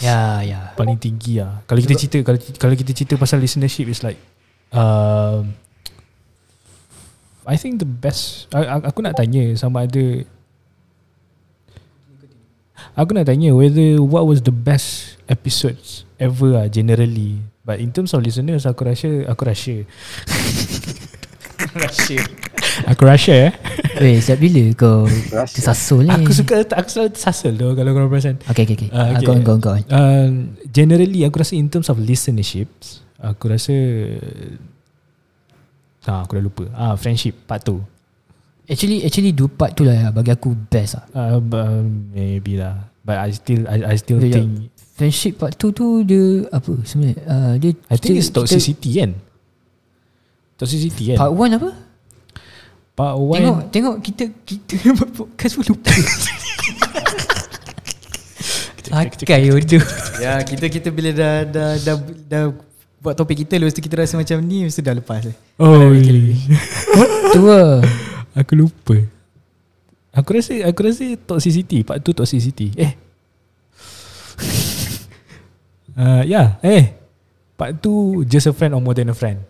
S3: Ya, ya.
S2: paling tinggi lah kalau kita cerita kalau, kalau kita cerita pasal listenership is like um, I think the best I, I- aku nak tanya sama ada Aku nak tanya whether what was the best episodes ever ah generally but in terms of listeners aku rasa aku rasa
S5: Russia
S2: aku rasa eh
S3: Weh sejak bila kau Tersasul ni
S2: aku suka letak- aku selalu tersasal tu kalau kau perasan
S3: Okay okay okay,
S2: Ah,
S3: uh,
S2: okay.
S3: okay. Go on go on go on
S2: Um, generally aku rasa in terms of listenerships aku rasa ah aku dah lupa ah friendship part tu
S3: Actually actually dua part tu lah bagi aku best lah
S2: uh, maybe lah but I still I, I still
S3: Sekejap.
S2: think
S3: Ya, Friendship part tu tu dia apa sebenarnya uh, dia
S2: I think
S3: kita-
S2: it's toxicity kan toxicity
S3: kita,
S2: kan
S3: Part 1 apa?
S2: part
S3: When?
S2: one
S3: Tengok tengok kita kita buat podcast pun lupa. Akai bodoh.
S5: Ya kita kita bila dah dah dah, dah buat topik kita lepas tu kita rasa macam ni lepas tu dah lepas.
S2: oh
S3: Tu lah.
S2: aku lupa aku rasa aku rasa toxicity part tu toxicity eh uh, ya yeah. eh part tu just a friend or more than a friend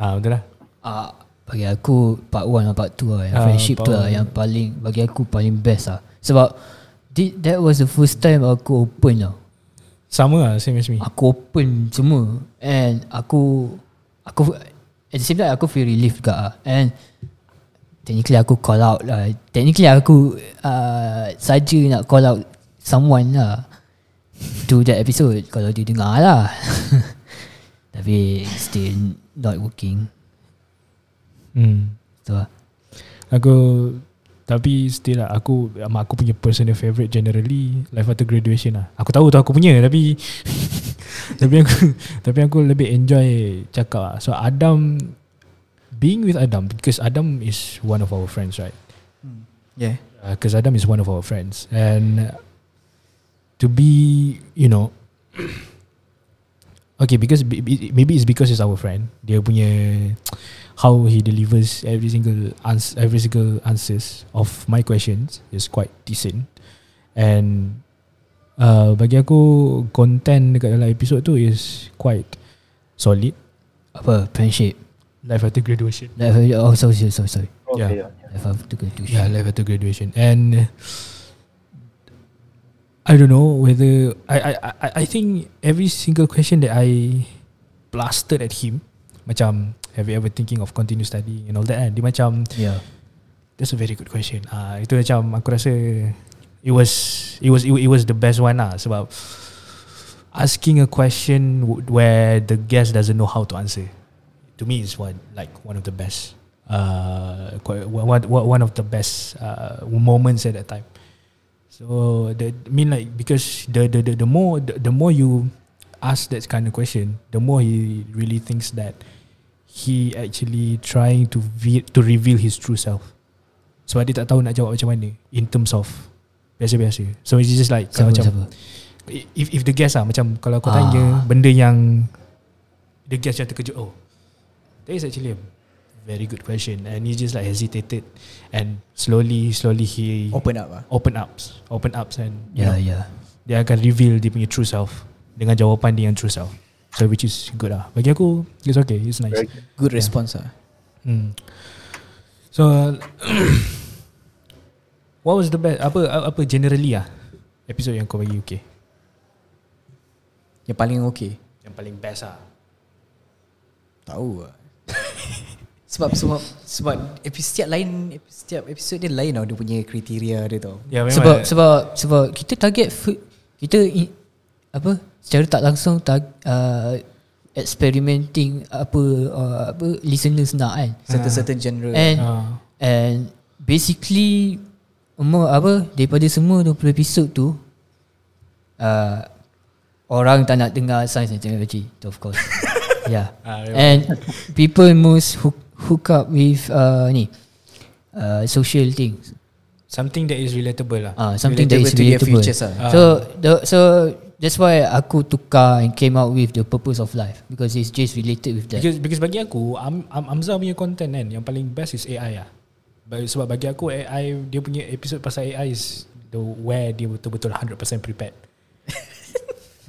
S2: ah betul lah
S3: Ah, bagi aku part 1 dan part 2 lah yang
S2: Ah,
S3: friendship
S2: part
S3: tu lah
S2: one.
S3: yang paling bagi aku paling best lah. Sebab thi- that was the first time aku open lah. tau.
S2: sama lah same as me
S3: Aku open semua and aku aku at the same time aku feel relief juga lah. and technically aku call out lah. Technically aku uh, saja nak call out someone lah to that episode kalau dia dengar lah. Tapi still not working.
S2: hmm.
S3: So
S2: Aku Tapi still lah Aku um, Aku punya personal favourite Generally Life after graduation lah Aku tahu tu aku punya Tapi Tapi aku Tapi aku lebih enjoy Cakap lah So Adam Being with Adam Because Adam is One of our friends right
S5: Yeah.
S2: Because Uh, Adam is one of our friends and to be you know okay because b- b- maybe it's because he's our friend dia punya how he delivers every single ans- every single answers of my questions is quite decent and uh, bagi aku content dekat dalam episode tu is quite solid
S3: apa friendship
S2: life after graduation
S3: Life of, oh sorry sorry sorry sorry.
S4: Okay,
S2: Yeah.
S4: okay.
S3: Life of to graduation.
S2: Yeah, life after graduation. And I don't know whether I I I, I think every single question that I blasted at him, macam have you ever thinking of continue studying and all that? Kan? Dia macam
S3: yeah.
S2: that's a very good question. Ah, itu macam aku rasa it was it was it, wa- it was the best one lah sebab asking a question w- where the guest doesn't know how to answer to me is one like one of the best uh quite, one, one one of the best uh, moments at that time. So the I mean like because the the the, the more the, the more you ask that kind of question, the more he really thinks that he actually trying to ve- to reveal his true self. Sebab dia tak tahu nak jawab macam mana in terms of biasa-biasa. So it's just like
S3: Siapa,
S2: macam
S3: siapa?
S2: if if the guest lah macam kalau kau
S3: Ah.
S2: tanya benda yang the guest yang terkejut oh that is actually a very good question and he just like hesitated and slowly slowly he
S5: Open up lah.
S2: open ups open ups and you
S3: Yeah,
S2: know,
S3: yeah.
S2: dia akan reveal dia punya true self dengan jawapan dia yang true self so which is good lah bagi aku it's okay it's nice
S4: Very good.
S5: Good response lah.
S2: Hmm. So what was the best apa apa generally ah episode yang kau bagi okay
S5: Yang paling okay.
S2: yang paling best ah
S5: Tahu lah. sebab sebab sebab epi- setiap lain setiap episod dia lain tau dia punya kriteria dia tau.
S2: Ya, memang
S3: Sebab sebab sebab kita target food, kita i, apa secara tak langsung tar, uh, experimenting apa uh, apa listeners nak kan.
S5: Certain certain genre. Eh,
S3: And
S2: Ah.
S3: and basically umur apa daripada semua 20 episod tu uh, orang tak nak dengar science and technology tu of course. yeah.
S2: Ah, ya.
S3: and people most hook, hook up with uh, ni uh, social things.
S2: Something that is relatable lah.
S3: Ah, something that is
S5: Relatable to their
S3: relatable.
S5: futures ah. lah.
S3: So the so that's why aku tukar and came out with the purpose of life because it's just related with that.
S2: Because because bagi aku Am, Am, Amza punya content kan yang paling best is AI lah. Ba- Sebab bagi aku AI dia punya episode pasal AI is the where dia betul-betul 100% prepared.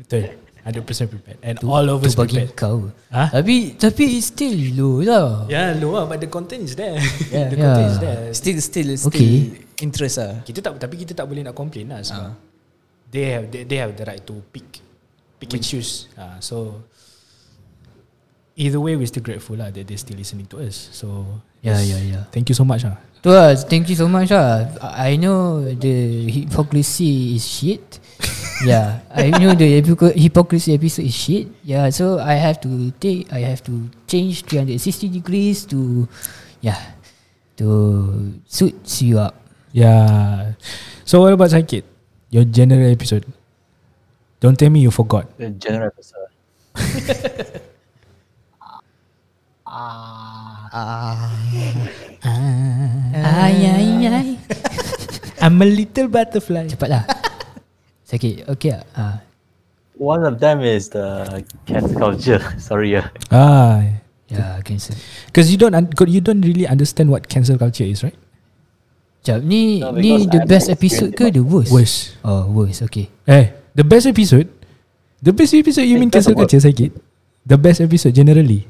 S2: betul. 100% prepared and all of us
S3: Tu bagi
S2: prepared.
S3: kau
S2: Ha?
S3: Tapi Tapi it's still low lah
S2: Yeah, low lah, but the content is there.
S3: Yeah,
S2: the content
S3: yeah.
S2: is there.
S5: Still still still
S3: Okay.
S5: interest lah.
S2: Kita tak tapi kita tak boleh nak complain lah sebab they have they, they have the right to pick pick and choose. Uh, so either way we're still grateful lah that they're still listening to us. So
S3: Yeah,
S2: yes,
S3: yeah, yeah.
S2: Thank you so much lah.
S3: Tu lah Thank you so much lah I I know The hypocrisy is shit Yeah I know the hypocr- hypocrisy episode is shit Yeah so I have to take I have to change 360 degrees to Yeah To Suits you up
S2: Yeah. So what about Saikit? Your general episode. Don't tell me you forgot.
S4: The general episode.
S3: Ay ay ay
S2: I'm a little butterfly.
S3: Cepatlah Sakit Okay lah ha.
S4: One of them is the cat culture. Sorry, yeah.
S2: Ah,
S3: Ya cancel
S2: because you don't un- 'cause you don't really understand what cancel culture is, right?
S3: Sekejap ni
S4: No,
S3: Ni
S4: because
S3: the
S4: I'm
S3: best episode ke The worst
S2: Worse.
S3: Oh worst okay
S2: Eh, the best episode. The best episode you
S4: Hey,
S2: mean
S4: that's
S2: cancel
S4: the worst.
S2: culture, Saikit? The best episode generally.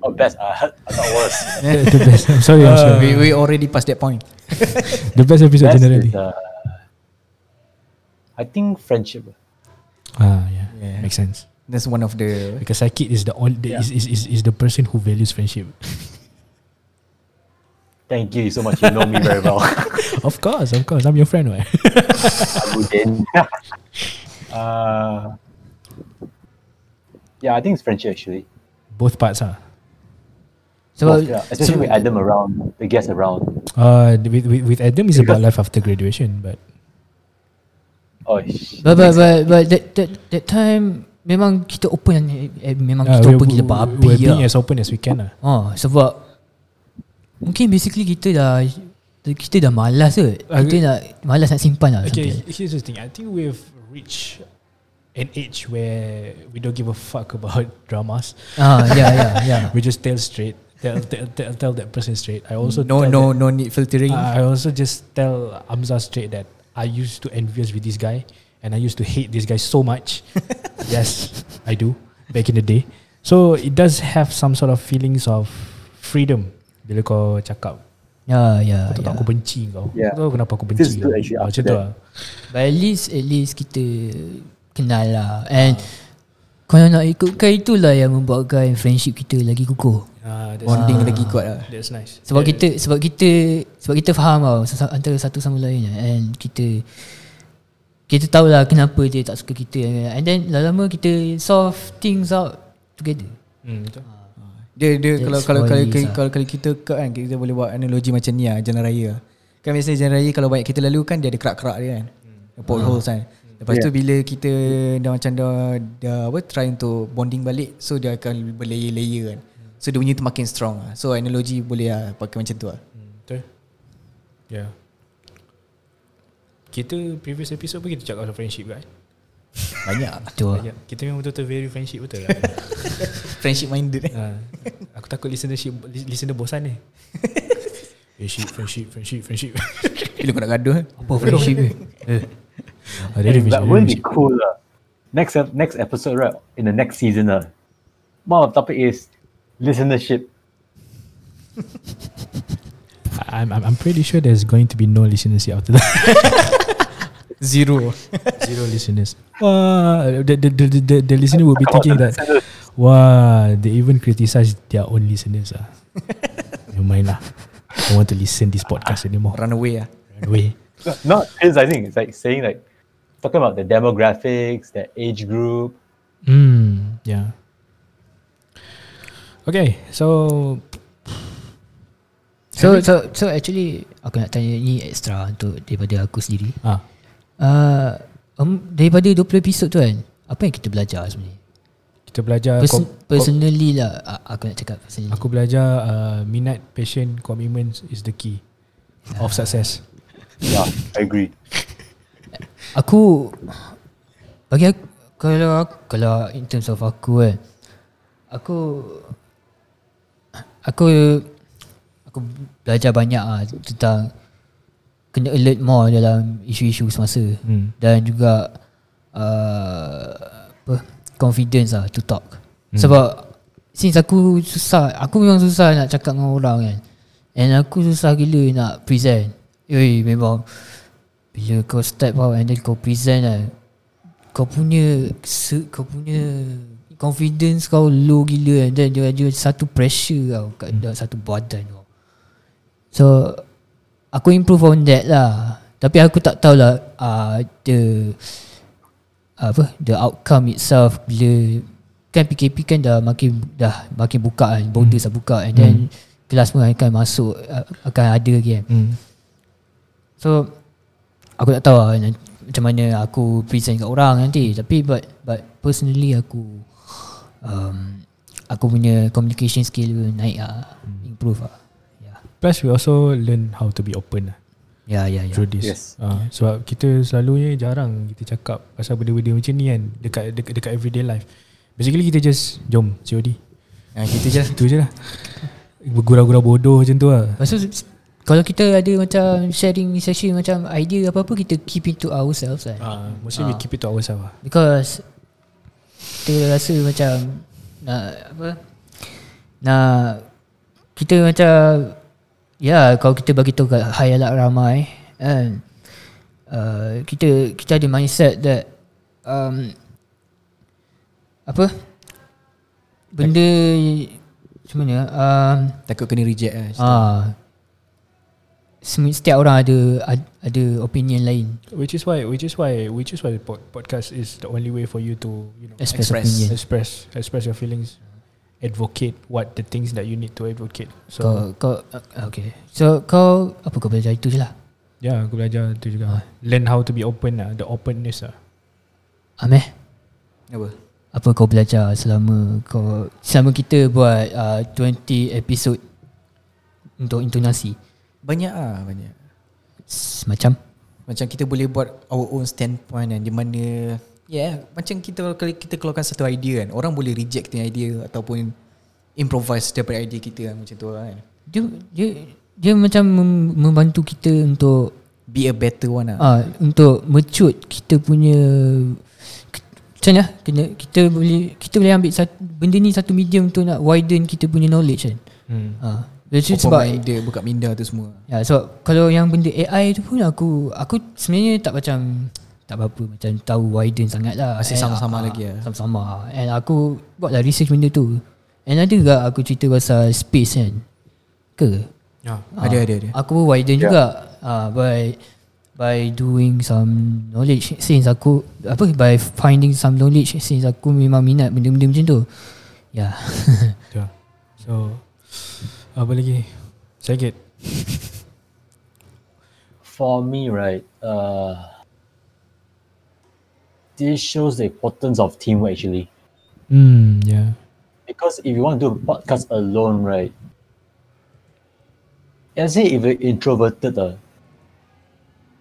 S4: Oh, best. I heard. I thought worse.
S2: the the best. I'm sorry, I'm sorry.
S5: we, we already past that point.
S2: The best episode
S4: best
S2: generally.
S4: is the. I think friendship.
S2: ah, yeah.
S5: Yeah.
S2: makes sense.
S5: That's one of the
S2: Because Saikit is the only the, is, is, is, is the person who values friendship.
S4: Thank you so much. You know me very well.
S2: of course, of course. I'm your friend, right?
S4: Abudin. uh, yeah, I think it's friendship actually.
S2: Both parts, ah.
S3: Sebab
S4: yeah, especially with Adam around, the guests around.
S2: Uh, with, with, with Adam is about life after graduation, but
S4: Oh, sh-
S3: But but but, but that, that that time memang kita open eh, eh, memang
S2: Ah,
S3: kita
S2: we're-
S3: open gila
S2: we're-
S3: babi
S2: We're being
S3: lah.
S2: as open as we can, ah. lah.
S3: Oh sebab mungkin basically kita dah kita dah malas tu. Kita
S2: Okay.
S3: nak malas nak simpan lah
S2: Ah, Okay,
S3: something.
S2: he- here's the thing. I think we've reached an age where we don't give a fuck about dramas.
S3: Ah ya ya ya.
S2: We just tell straight. Tell, tell, tell, tell that person straight. I also
S5: no
S2: tell
S5: no
S2: that-
S5: no need filtering.
S2: Uh, I also just tell Amza straight that I used to envious with this guy and I used to hate this guy so much. yes, I do back in the day. So it does have some sort of feelings of freedom bila kau cakap
S3: Ya ya.
S2: kau tak tahu
S3: ya.
S4: Ah,
S2: aku benci kau.
S4: Yeah.
S2: Kau tahu kenapa aku
S4: Feels
S2: benci
S4: good
S2: kau.
S4: actually
S2: Ah,
S4: after
S2: Macam tu
S4: that.
S2: lah.
S3: But at least at least kita kenal lah and kalau nak ikutkan itulah yang membuatkan friendship kita lagi kukuh.
S2: Ah, that's,
S5: Bonding lagi kuat lah.
S2: that's nice.
S3: Sebab kita sebab kita sebab kita faham tau sesa- antara satu sama lain lah. and kita kita tahulah kenapa dia tak suka kita and then lama-lama kita solve things out together.
S2: Hmm, betul.
S4: Ah.
S5: Dia dia
S3: That's
S5: kalau kalau
S3: why
S5: kalau
S3: it is
S5: kalau,
S3: ah.
S5: kalau kalau kita kat kan kita boleh buat analogi macam ni lah jalan raya. Kan biasanya jalan raya kalau banyak kita lalu kan dia ada kerak-kerak dia kan. Hmm.
S3: Ah.
S5: Potholes kan. Lepas yeah. tu bila kita dah macam dah, dah apa try untuk bonding balik so dia akan berlayer-layer kan. So dia punya tu makin strong lah. So analogi boleh lah pakai macam tu lah.
S2: Hmm, Betul. Yeah. Kita previous episode pun kita cakap pasal friendship kan.
S5: Banyak lah.
S3: Betul. lah.
S2: Yeah. Kita memang betul-betul very friendship betul lah.
S5: Friendship minded eh.
S2: Ah, aku takut listenership listener bosan ni. Friendship, friendship, friendship, friendship.
S5: Bila kau nak gaduh eh.
S3: Apa friendship ni?
S2: Ah, dia
S4: that
S2: ada friendship,
S4: wouldn't
S2: dia
S4: be
S2: ada
S4: cool. Uh. Next ep- next episode, right? In the next season, uh, one of the topic is listenership.
S2: friendship. I'm, I'm, I'm pretty sure there's going to be no listeners here after that.
S5: Zero.
S2: Zero listeners. Wah, the, the, the, the- the, the listener will be thinking that, wah, they even criticize their own listeners. Ah. Never mind lah. I don't want to listen this podcast anymore.
S5: Run away lah.
S2: Run away.
S4: Not his, I think. It's like saying like talking about the demographics, the age group.
S2: Mm, yeah. Okay, so
S3: So so so actually aku nak tanya ni extra untuk daripada aku sendiri.
S2: ah,
S3: Uh, um, daripada 20 episod tu kan, apa yang kita belajar sebenarnya?
S2: kita belajar
S3: Person,
S2: kom-
S3: personally lah ah, aku nak cakap personally.
S2: Eh, Aku belajar uh, minat, passion, commitment is the key of success.
S4: Yeah, I agree.
S3: Aku bagi aku, kalau aku- kalau in terms of aku kan aku aku aku belajar banyak ah tentang kena Hmm. alert more dalam isu-isu semasa
S2: Hmm.
S3: dan juga uh, apa confidence lah to talk. Hmm. Sebab since aku susah, aku memang susah nak cakap dengan orang kan. And aku susah gila nak present. Yoi memang bila kau step out and then kau present lah kau punya se- kau punya confidence kau low gila and then dia ada satu pressure kau kat hmm. satu badan kau. So aku improve on that lah. Tapi aku tak tahulah uh, the apa the outcome itself bila kan PKP kan dah makin dah makin buka kan border hmm. dah buka and then hmm. kelas pun akan masuk uh, akan ada lagi kan.
S2: Hmm.
S3: So aku tak tahu lah nan- macam mana aku present kat orang nanti tapi but but personally aku um, aku punya communication skill naik ah improve ah. Ya.
S2: Plus we also learn how to be open lah
S3: Ya ya ya.
S2: through this.
S4: Yes.
S2: Ah, sebab kita selalunya jarang kita cakap pasal benda-benda macam ni kan dekat dekat, dekat everyday life. Basically kita just jom COD.
S5: Ha, gitu je lah
S2: Itu je lah. Bergurau-gurau bodoh macam tu lah.
S3: Lepas tu s- kalau kita ada macam sharing session macam idea apa-apa kita keep it to ourselves kan.
S2: Ah, mostly we keep it to ourselves lah.
S3: Because kita rasa macam nak apa nak kita macam ya yeah, kalau kita bagi tahu kat khayalat ramai kan uh, kita kita ada mindset that um, apa benda macam mana um,
S5: Takut kena reject lah
S3: ah semi- setiap orang ada ad- ada opinion lain
S2: Which is why, which is why, which is why the pod- podcast is the only way for you to, you know,
S3: express,
S5: Express.
S3: opinion
S2: express express your feelings, advocate what the things that you need to advocate. So
S3: kau kau uh, okay. So kau apa kau belajar itu je lah.
S2: yeah, aku belajar tu juga. Learn how to be open lah, the openness ah. lah.
S3: Ameh,
S5: Apa?
S3: apa kau belajar selama kau selama kita buat uh, 20 episod untuk intonasi
S5: Banyak ah banyak
S3: semacam
S5: Macam kita boleh buat our own standpoint kan Di mana Yeah Macam kita kalau kita keluarkan satu idea kan Orang boleh reject kita punya idea Ataupun Improvise daripada idea kita kan Macam tu lah kan
S3: dia dia dia macam mem- membantu kita untuk
S5: Be a better one lah uh.
S3: ah untuk mecut kita punya ke- macam mana kena kita boleh kita boleh ambil satu, benda ni satu medium untuk nak widen kita punya knowledge kan.
S2: Hmm.
S3: Ah. Jadi
S5: Open
S3: sebab
S5: minded Buka minda tu semua
S3: Ya sebab kalau yang benda AI tu pun aku aku sebenarnya tak macam tak apa macam tahu widen sangat lah
S5: Masih
S3: And,
S5: sama-sama
S3: ah,
S5: lagi lah.
S3: Sama-sama And aku buat lah research benda tu And ada juga aku cerita pasal space kan Ke?
S2: Yeah.
S3: Ah,
S5: Ada, ada, ada.
S3: Aku pun widen yeah. juga ah, By by doing some knowledge Since aku Apa by finding some knowledge Since aku memang minat benda-benda macam tu Ya
S2: Yeah.
S3: yeah.
S2: So apa lagi? Sakit.
S4: For me, right, uh, this shows the importance of teamwork actually.
S2: Hmm, yeah.
S4: Because if you want to do a podcast alone, right? Let's say if you're introverted, uh,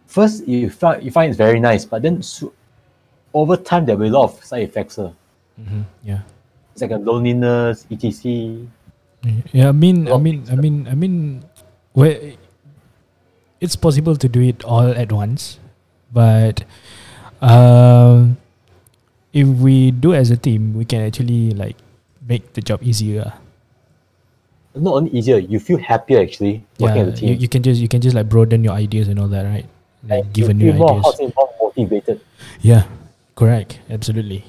S4: first you find you find it's very nice, but then so, over time there will be a lot of side effects. Uh.
S2: Mm-hmm. Yeah.
S4: It's like a loneliness, etc.
S2: Yeah, I mean, I
S4: Lot of
S2: mean, I mean, I mean, well, it's possible to do it all at once, but um, if we do as a team, we can actually like make the job easier. ah.
S4: Not only easier, you feel happier actually working
S2: Yeah,
S4: as a
S2: you,
S4: team.
S2: you can just you can just like broaden your ideas and all that, right?
S4: Like,
S2: Like give
S4: you
S2: a new
S4: feel more, how to
S2: ideas.
S4: say, more motivated.
S2: Yeah, correct. Absolutely.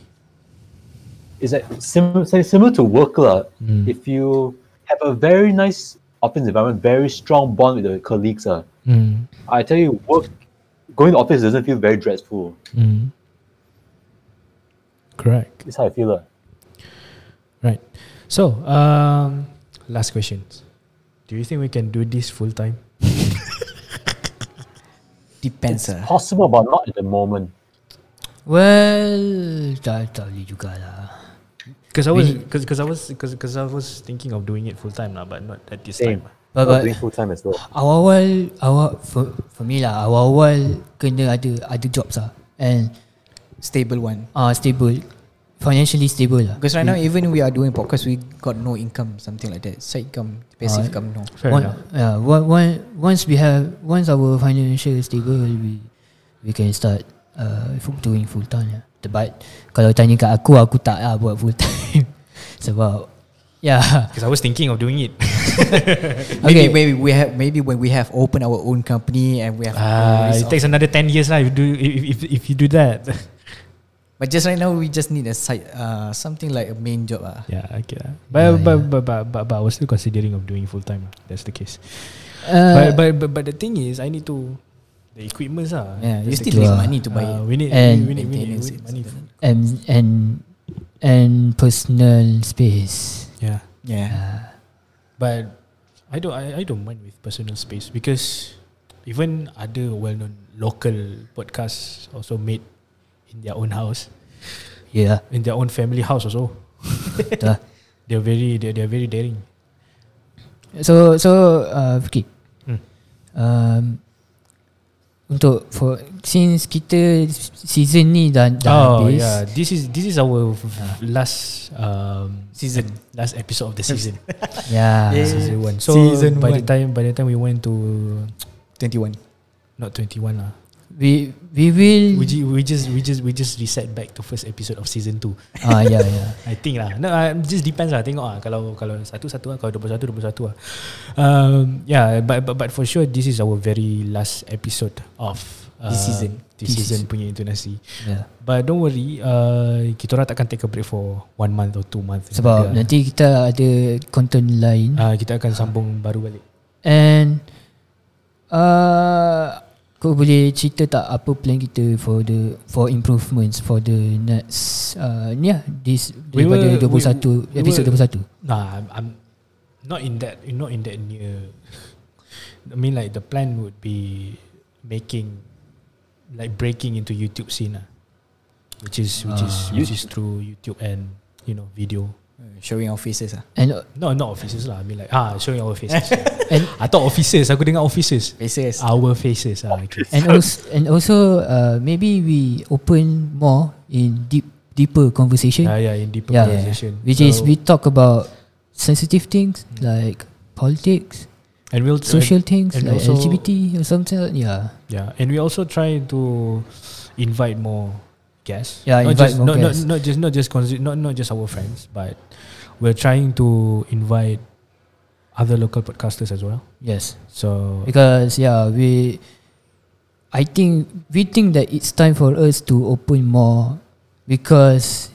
S4: It's like similar, say similar to work. lah.
S2: Mm.
S4: If you have a very nice office environment, very strong bond with your colleagues, uh,
S2: Mm,
S4: I tell you, work going to office doesn't feel very dreadful.
S2: mm. Correct.
S4: That's how I feel. Uh.
S2: Right. So, um, last questions. Do you think we can do this full time?
S5: Depends lah
S4: Possible, but not at the moment.
S3: Well Tak tak boleh jugalah
S2: Because I was, because I was, because I was thinking of doing it full time lah, but not at this
S4: Same.
S2: time.
S4: Not
S3: But, but
S4: doing full time as well.
S3: Awal-awal awal for, for me lah awal-awal kena ada ada jobs lah and
S5: Stable one
S3: ah uh, stable financially stable lah.
S5: Because right now even we are doing podcast We got no income Something like that Side income
S3: Alright.
S5: Passive income no
S2: Fair
S3: One,
S2: enough.
S3: yeah, one, one, once we have once our financial stable we we can start uh fu- doing full time yeah. But kalau tanya kat aku Aku tak lah buat full time Sebab Ya yeah.
S2: Because I was thinking of doing it.
S3: Okay.
S5: Maybe maybe we have maybe when we have opened our own company and we have
S2: Ah,
S5: always
S2: it takes another 10 years lah if you do if, if, if you do that.
S5: But just right now, we just need a side, uh, something like a main job. Ah,
S2: yeah, okay lah. But, yeah, but, but, but, but, but I was still considering of doing full time. lah. That's the case.
S3: uh,
S2: but, but, but, but the thing is, I need to the equipment lah.
S5: Yeah, you
S2: That's the case.
S5: still need money to buy
S2: Ah,
S5: it.
S2: We need,
S3: And
S2: we need, we need, we
S5: maintenance
S2: need money.
S5: Uh, and stuff
S2: For,
S3: And And And personal space
S2: yeah,
S5: yeah.
S2: but I don't, I, I don't mind with personal space because even other well-known local podcasts also made in their own house,
S3: Ya yeah,
S2: in their own family house also.
S3: betul lah.
S2: They're very, they're, they're very daring.
S3: So so uh, Fikir
S2: Hmm.
S3: um, Untuk for, Since kita Season ni dah, dah habis
S2: Oh, yeah, this is this is our f- f- last um,
S5: Ah. Season. Ah.
S2: last episode of the season.
S3: yeah.
S2: season one. So
S5: Season
S2: by the
S5: one.
S2: time by the time we went to
S5: Twenty-one.
S2: not twenty one lah,
S3: We We will
S2: we, ju- we just we just we just reset back to first episode of season two.
S3: Ah ya ya
S2: I think lah. No, uh, just depends lah. Tengok lah. Kalau kalau satu satu lah. Kalau dua puluh satu dua puluh satu lah. Um, yeah, but, but but for sure this is our very last episode of uh,
S5: This season.
S2: This season punya intonasi.
S3: yeah.
S2: But don't worry, uh, kita orang takkan take a break for one month or two month. Ada-
S3: Sebab nanti kita ada Content lain
S2: Ah, kita akan sambung baru balik.
S3: And uh, Kau boleh cerita tak Apa plan kita For the For improvements For the next uh, Ni lah this,
S2: We
S3: Daripada
S2: were- we-
S3: 21
S2: we
S3: Episode
S2: were-
S3: 21
S2: Nah, I'm, I'm not in that not in that near. I mean, like the plan would be making, like breaking into YouTube scene, lah. which is which is
S3: Ah.
S2: which is through YouTube and you know video.
S5: Uh, showing our faces. Ah,
S3: And
S2: No, not offices lah. I mean like ah showing our faces.
S3: And
S2: I thought offices. Aku dengar offices.
S5: faces.
S2: Our faces. Ah, okay.
S3: And also, and also uh, Maybe we Open more In deep Deeper conversation
S2: Ah, Yeah, yeah, in deeper
S3: Yeah.
S2: conversation.
S3: Which is We talk about Sensitive things Like Politics
S2: and we'll
S3: Social things
S2: and
S3: Like
S2: also-
S3: LGBT Or something like- Yeah
S2: Yeah, and we also try to invite more guests.
S3: Yeah,
S2: not
S3: invite
S2: just,
S3: more
S2: not,
S3: guests.
S2: Not, not just not just consi- not not just our friends, but we're trying to invite other local podcasters as well.
S3: Yes
S2: So
S3: Because yeah, we I think we think that it's time for us to open more because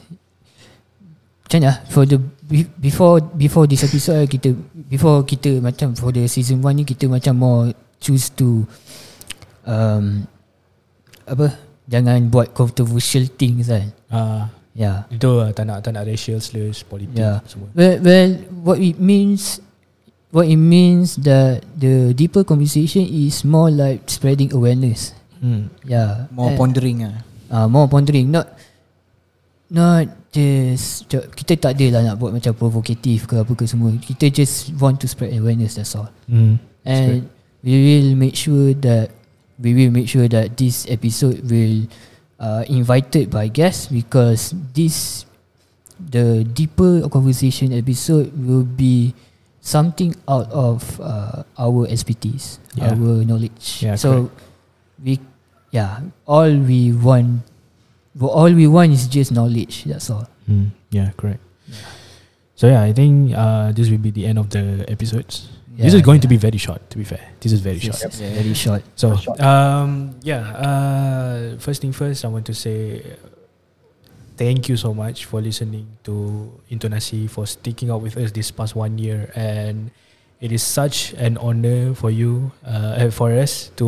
S3: macam mana for the be- before before this episode eh, kita before kita macam for the season 1 ni kita macam more choose to um apa jangan buat controversial things kan.
S2: uh,
S3: Yeah.
S2: itu lah, tak nak tak nak racial slurs, politik
S3: Yeah.
S2: semua.
S3: Well, well, what it means, what it means that the deeper conversation is more like spreading awareness.
S2: Hmm.
S3: Yeah,
S5: More
S3: And,
S5: pondering. Ah,
S3: ah, more pondering. Not, not just ju- kita tak ada lah nak buat macam provocative ke apa ke semua. Kita just want to spread awareness. That's all.
S2: Hmm.
S3: And we will make sure that we will make sure that this episode will uh, invited by guests because this the deeper conversation episode will be something out of uh, our expertise,
S2: Yeah.
S3: our knowledge.
S2: Yeah,
S3: so we yeah, all we want well, all we want is just knowledge, that's all.
S2: Hmm. Yeah, correct. So yeah, I think uh, this will be the end of the episodes. this
S3: Yeah,
S2: is going to be
S3: yeah.
S2: very short. To be fair, this is very short.
S3: It's Very short.
S2: So
S4: Short.
S2: um, yeah, uh, first thing first, I want to say thank you so much for listening to Intonasi for sticking out with us this past one year, and it is such an honor for you, uh, eh, for us to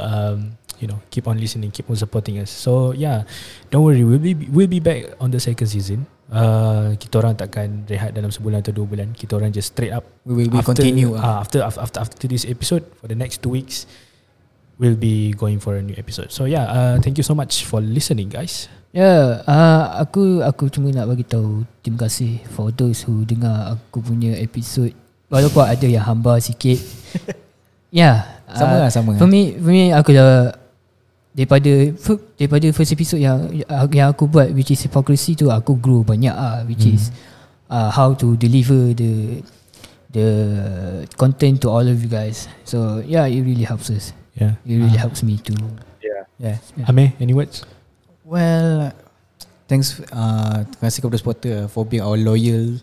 S2: um, you know keep on listening, keep on supporting us. So yeah, don't worry, we'll be we'll be back on the second season. Uh, kita orang takkan rehat dalam sebulan atau dua bulan. Kita orang just straight up
S5: we will we continue.
S2: uh,
S5: Ah,
S2: after, after after after this episode for the next two weeks we'll be going for a new episode so yeah uh, thank you so much for listening guys
S3: Ya, yeah, uh, aku aku cuma nak bagi tahu terima kasih for those who dengar aku punya episode walaupun ada yang hamba sikit. ya, yeah,
S5: sama lah, sama.
S3: For me, for me aku dah daripada fir- daripada first episode yang yang aku buat which is hypocrisy tu aku grow banyak ah which mm. is uh,
S5: Hmm.
S3: how to deliver the the content to all of you guys. So yeah, it really helps us.
S2: yeah
S5: Ah.
S3: It really helps me to
S4: Yeah.
S5: Yeah.
S2: Ame any words
S5: Well, uh, Thanks uh, Terima kasih kepada supporter uh, For being our loyal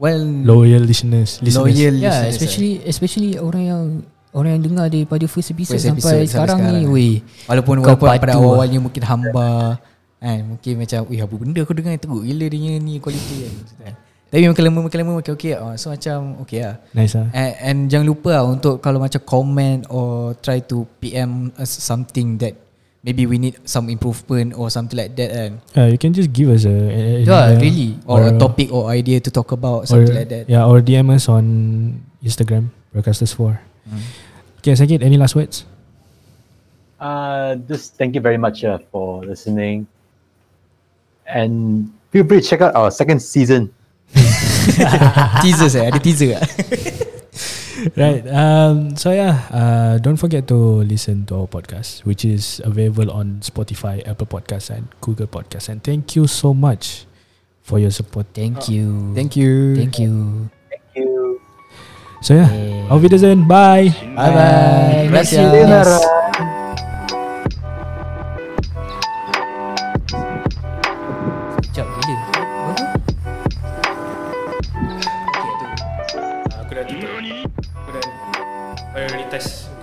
S5: Well
S2: Loyal listeners, listeners.
S5: Loyal
S3: Yeah,
S5: listeners,
S3: especially especially orang yang orang yang dengar daripada first
S5: eh.
S3: episode,
S5: First
S3: sampai,
S5: episode
S3: sampai sekarang, ni, weh.
S5: Walaupun,
S3: kau
S5: walaupun pada
S3: padu eh.
S5: awal-awalnya Mungkin hamba kan, Mungkin macam Wih apa benda aku dengar Teruk gila dia punya ni Kualiti kan Maksud kan. Tapi makin lama Makin lama makin okay uh, So macam Okay lah
S2: Nice lah.
S5: And, and jangan lupa lah untuk kalau macam comment or try to PM us something that maybe we need some improvement or something like that kan. lah,
S2: Uh, you can just give us a, a, a
S3: Yeah,
S2: email
S3: really.
S5: Or, or a
S2: a-
S5: topic or idea to talk about
S2: or,
S5: something like that.
S2: Oh, Yeah, or DM us on Instagram, broadcasters4.
S5: Hmm.
S2: Okay, Sakit, any last words?
S4: Uh, just thank you very much uh, for listening. And feel free to check out our second season.
S5: teaser saya, ada teaser tak?
S2: right. Um, so yeah, uh, don't forget to listen to our podcast, which is available on Spotify, Apple Podcasts, and Google Podcasts. And thank you so much for your support.
S3: Thank you.
S5: Ah, Thank you.
S3: Thank you.
S4: Thank you.
S2: So yeah,
S3: Yeah.
S2: auf Wiedersehen. Bye.
S5: Bye bye.
S4: Sayonara.
S5: Gracias.
S3: Sekejap gila. Apa?
S1: Aku dah tutup Aku dah Prioritas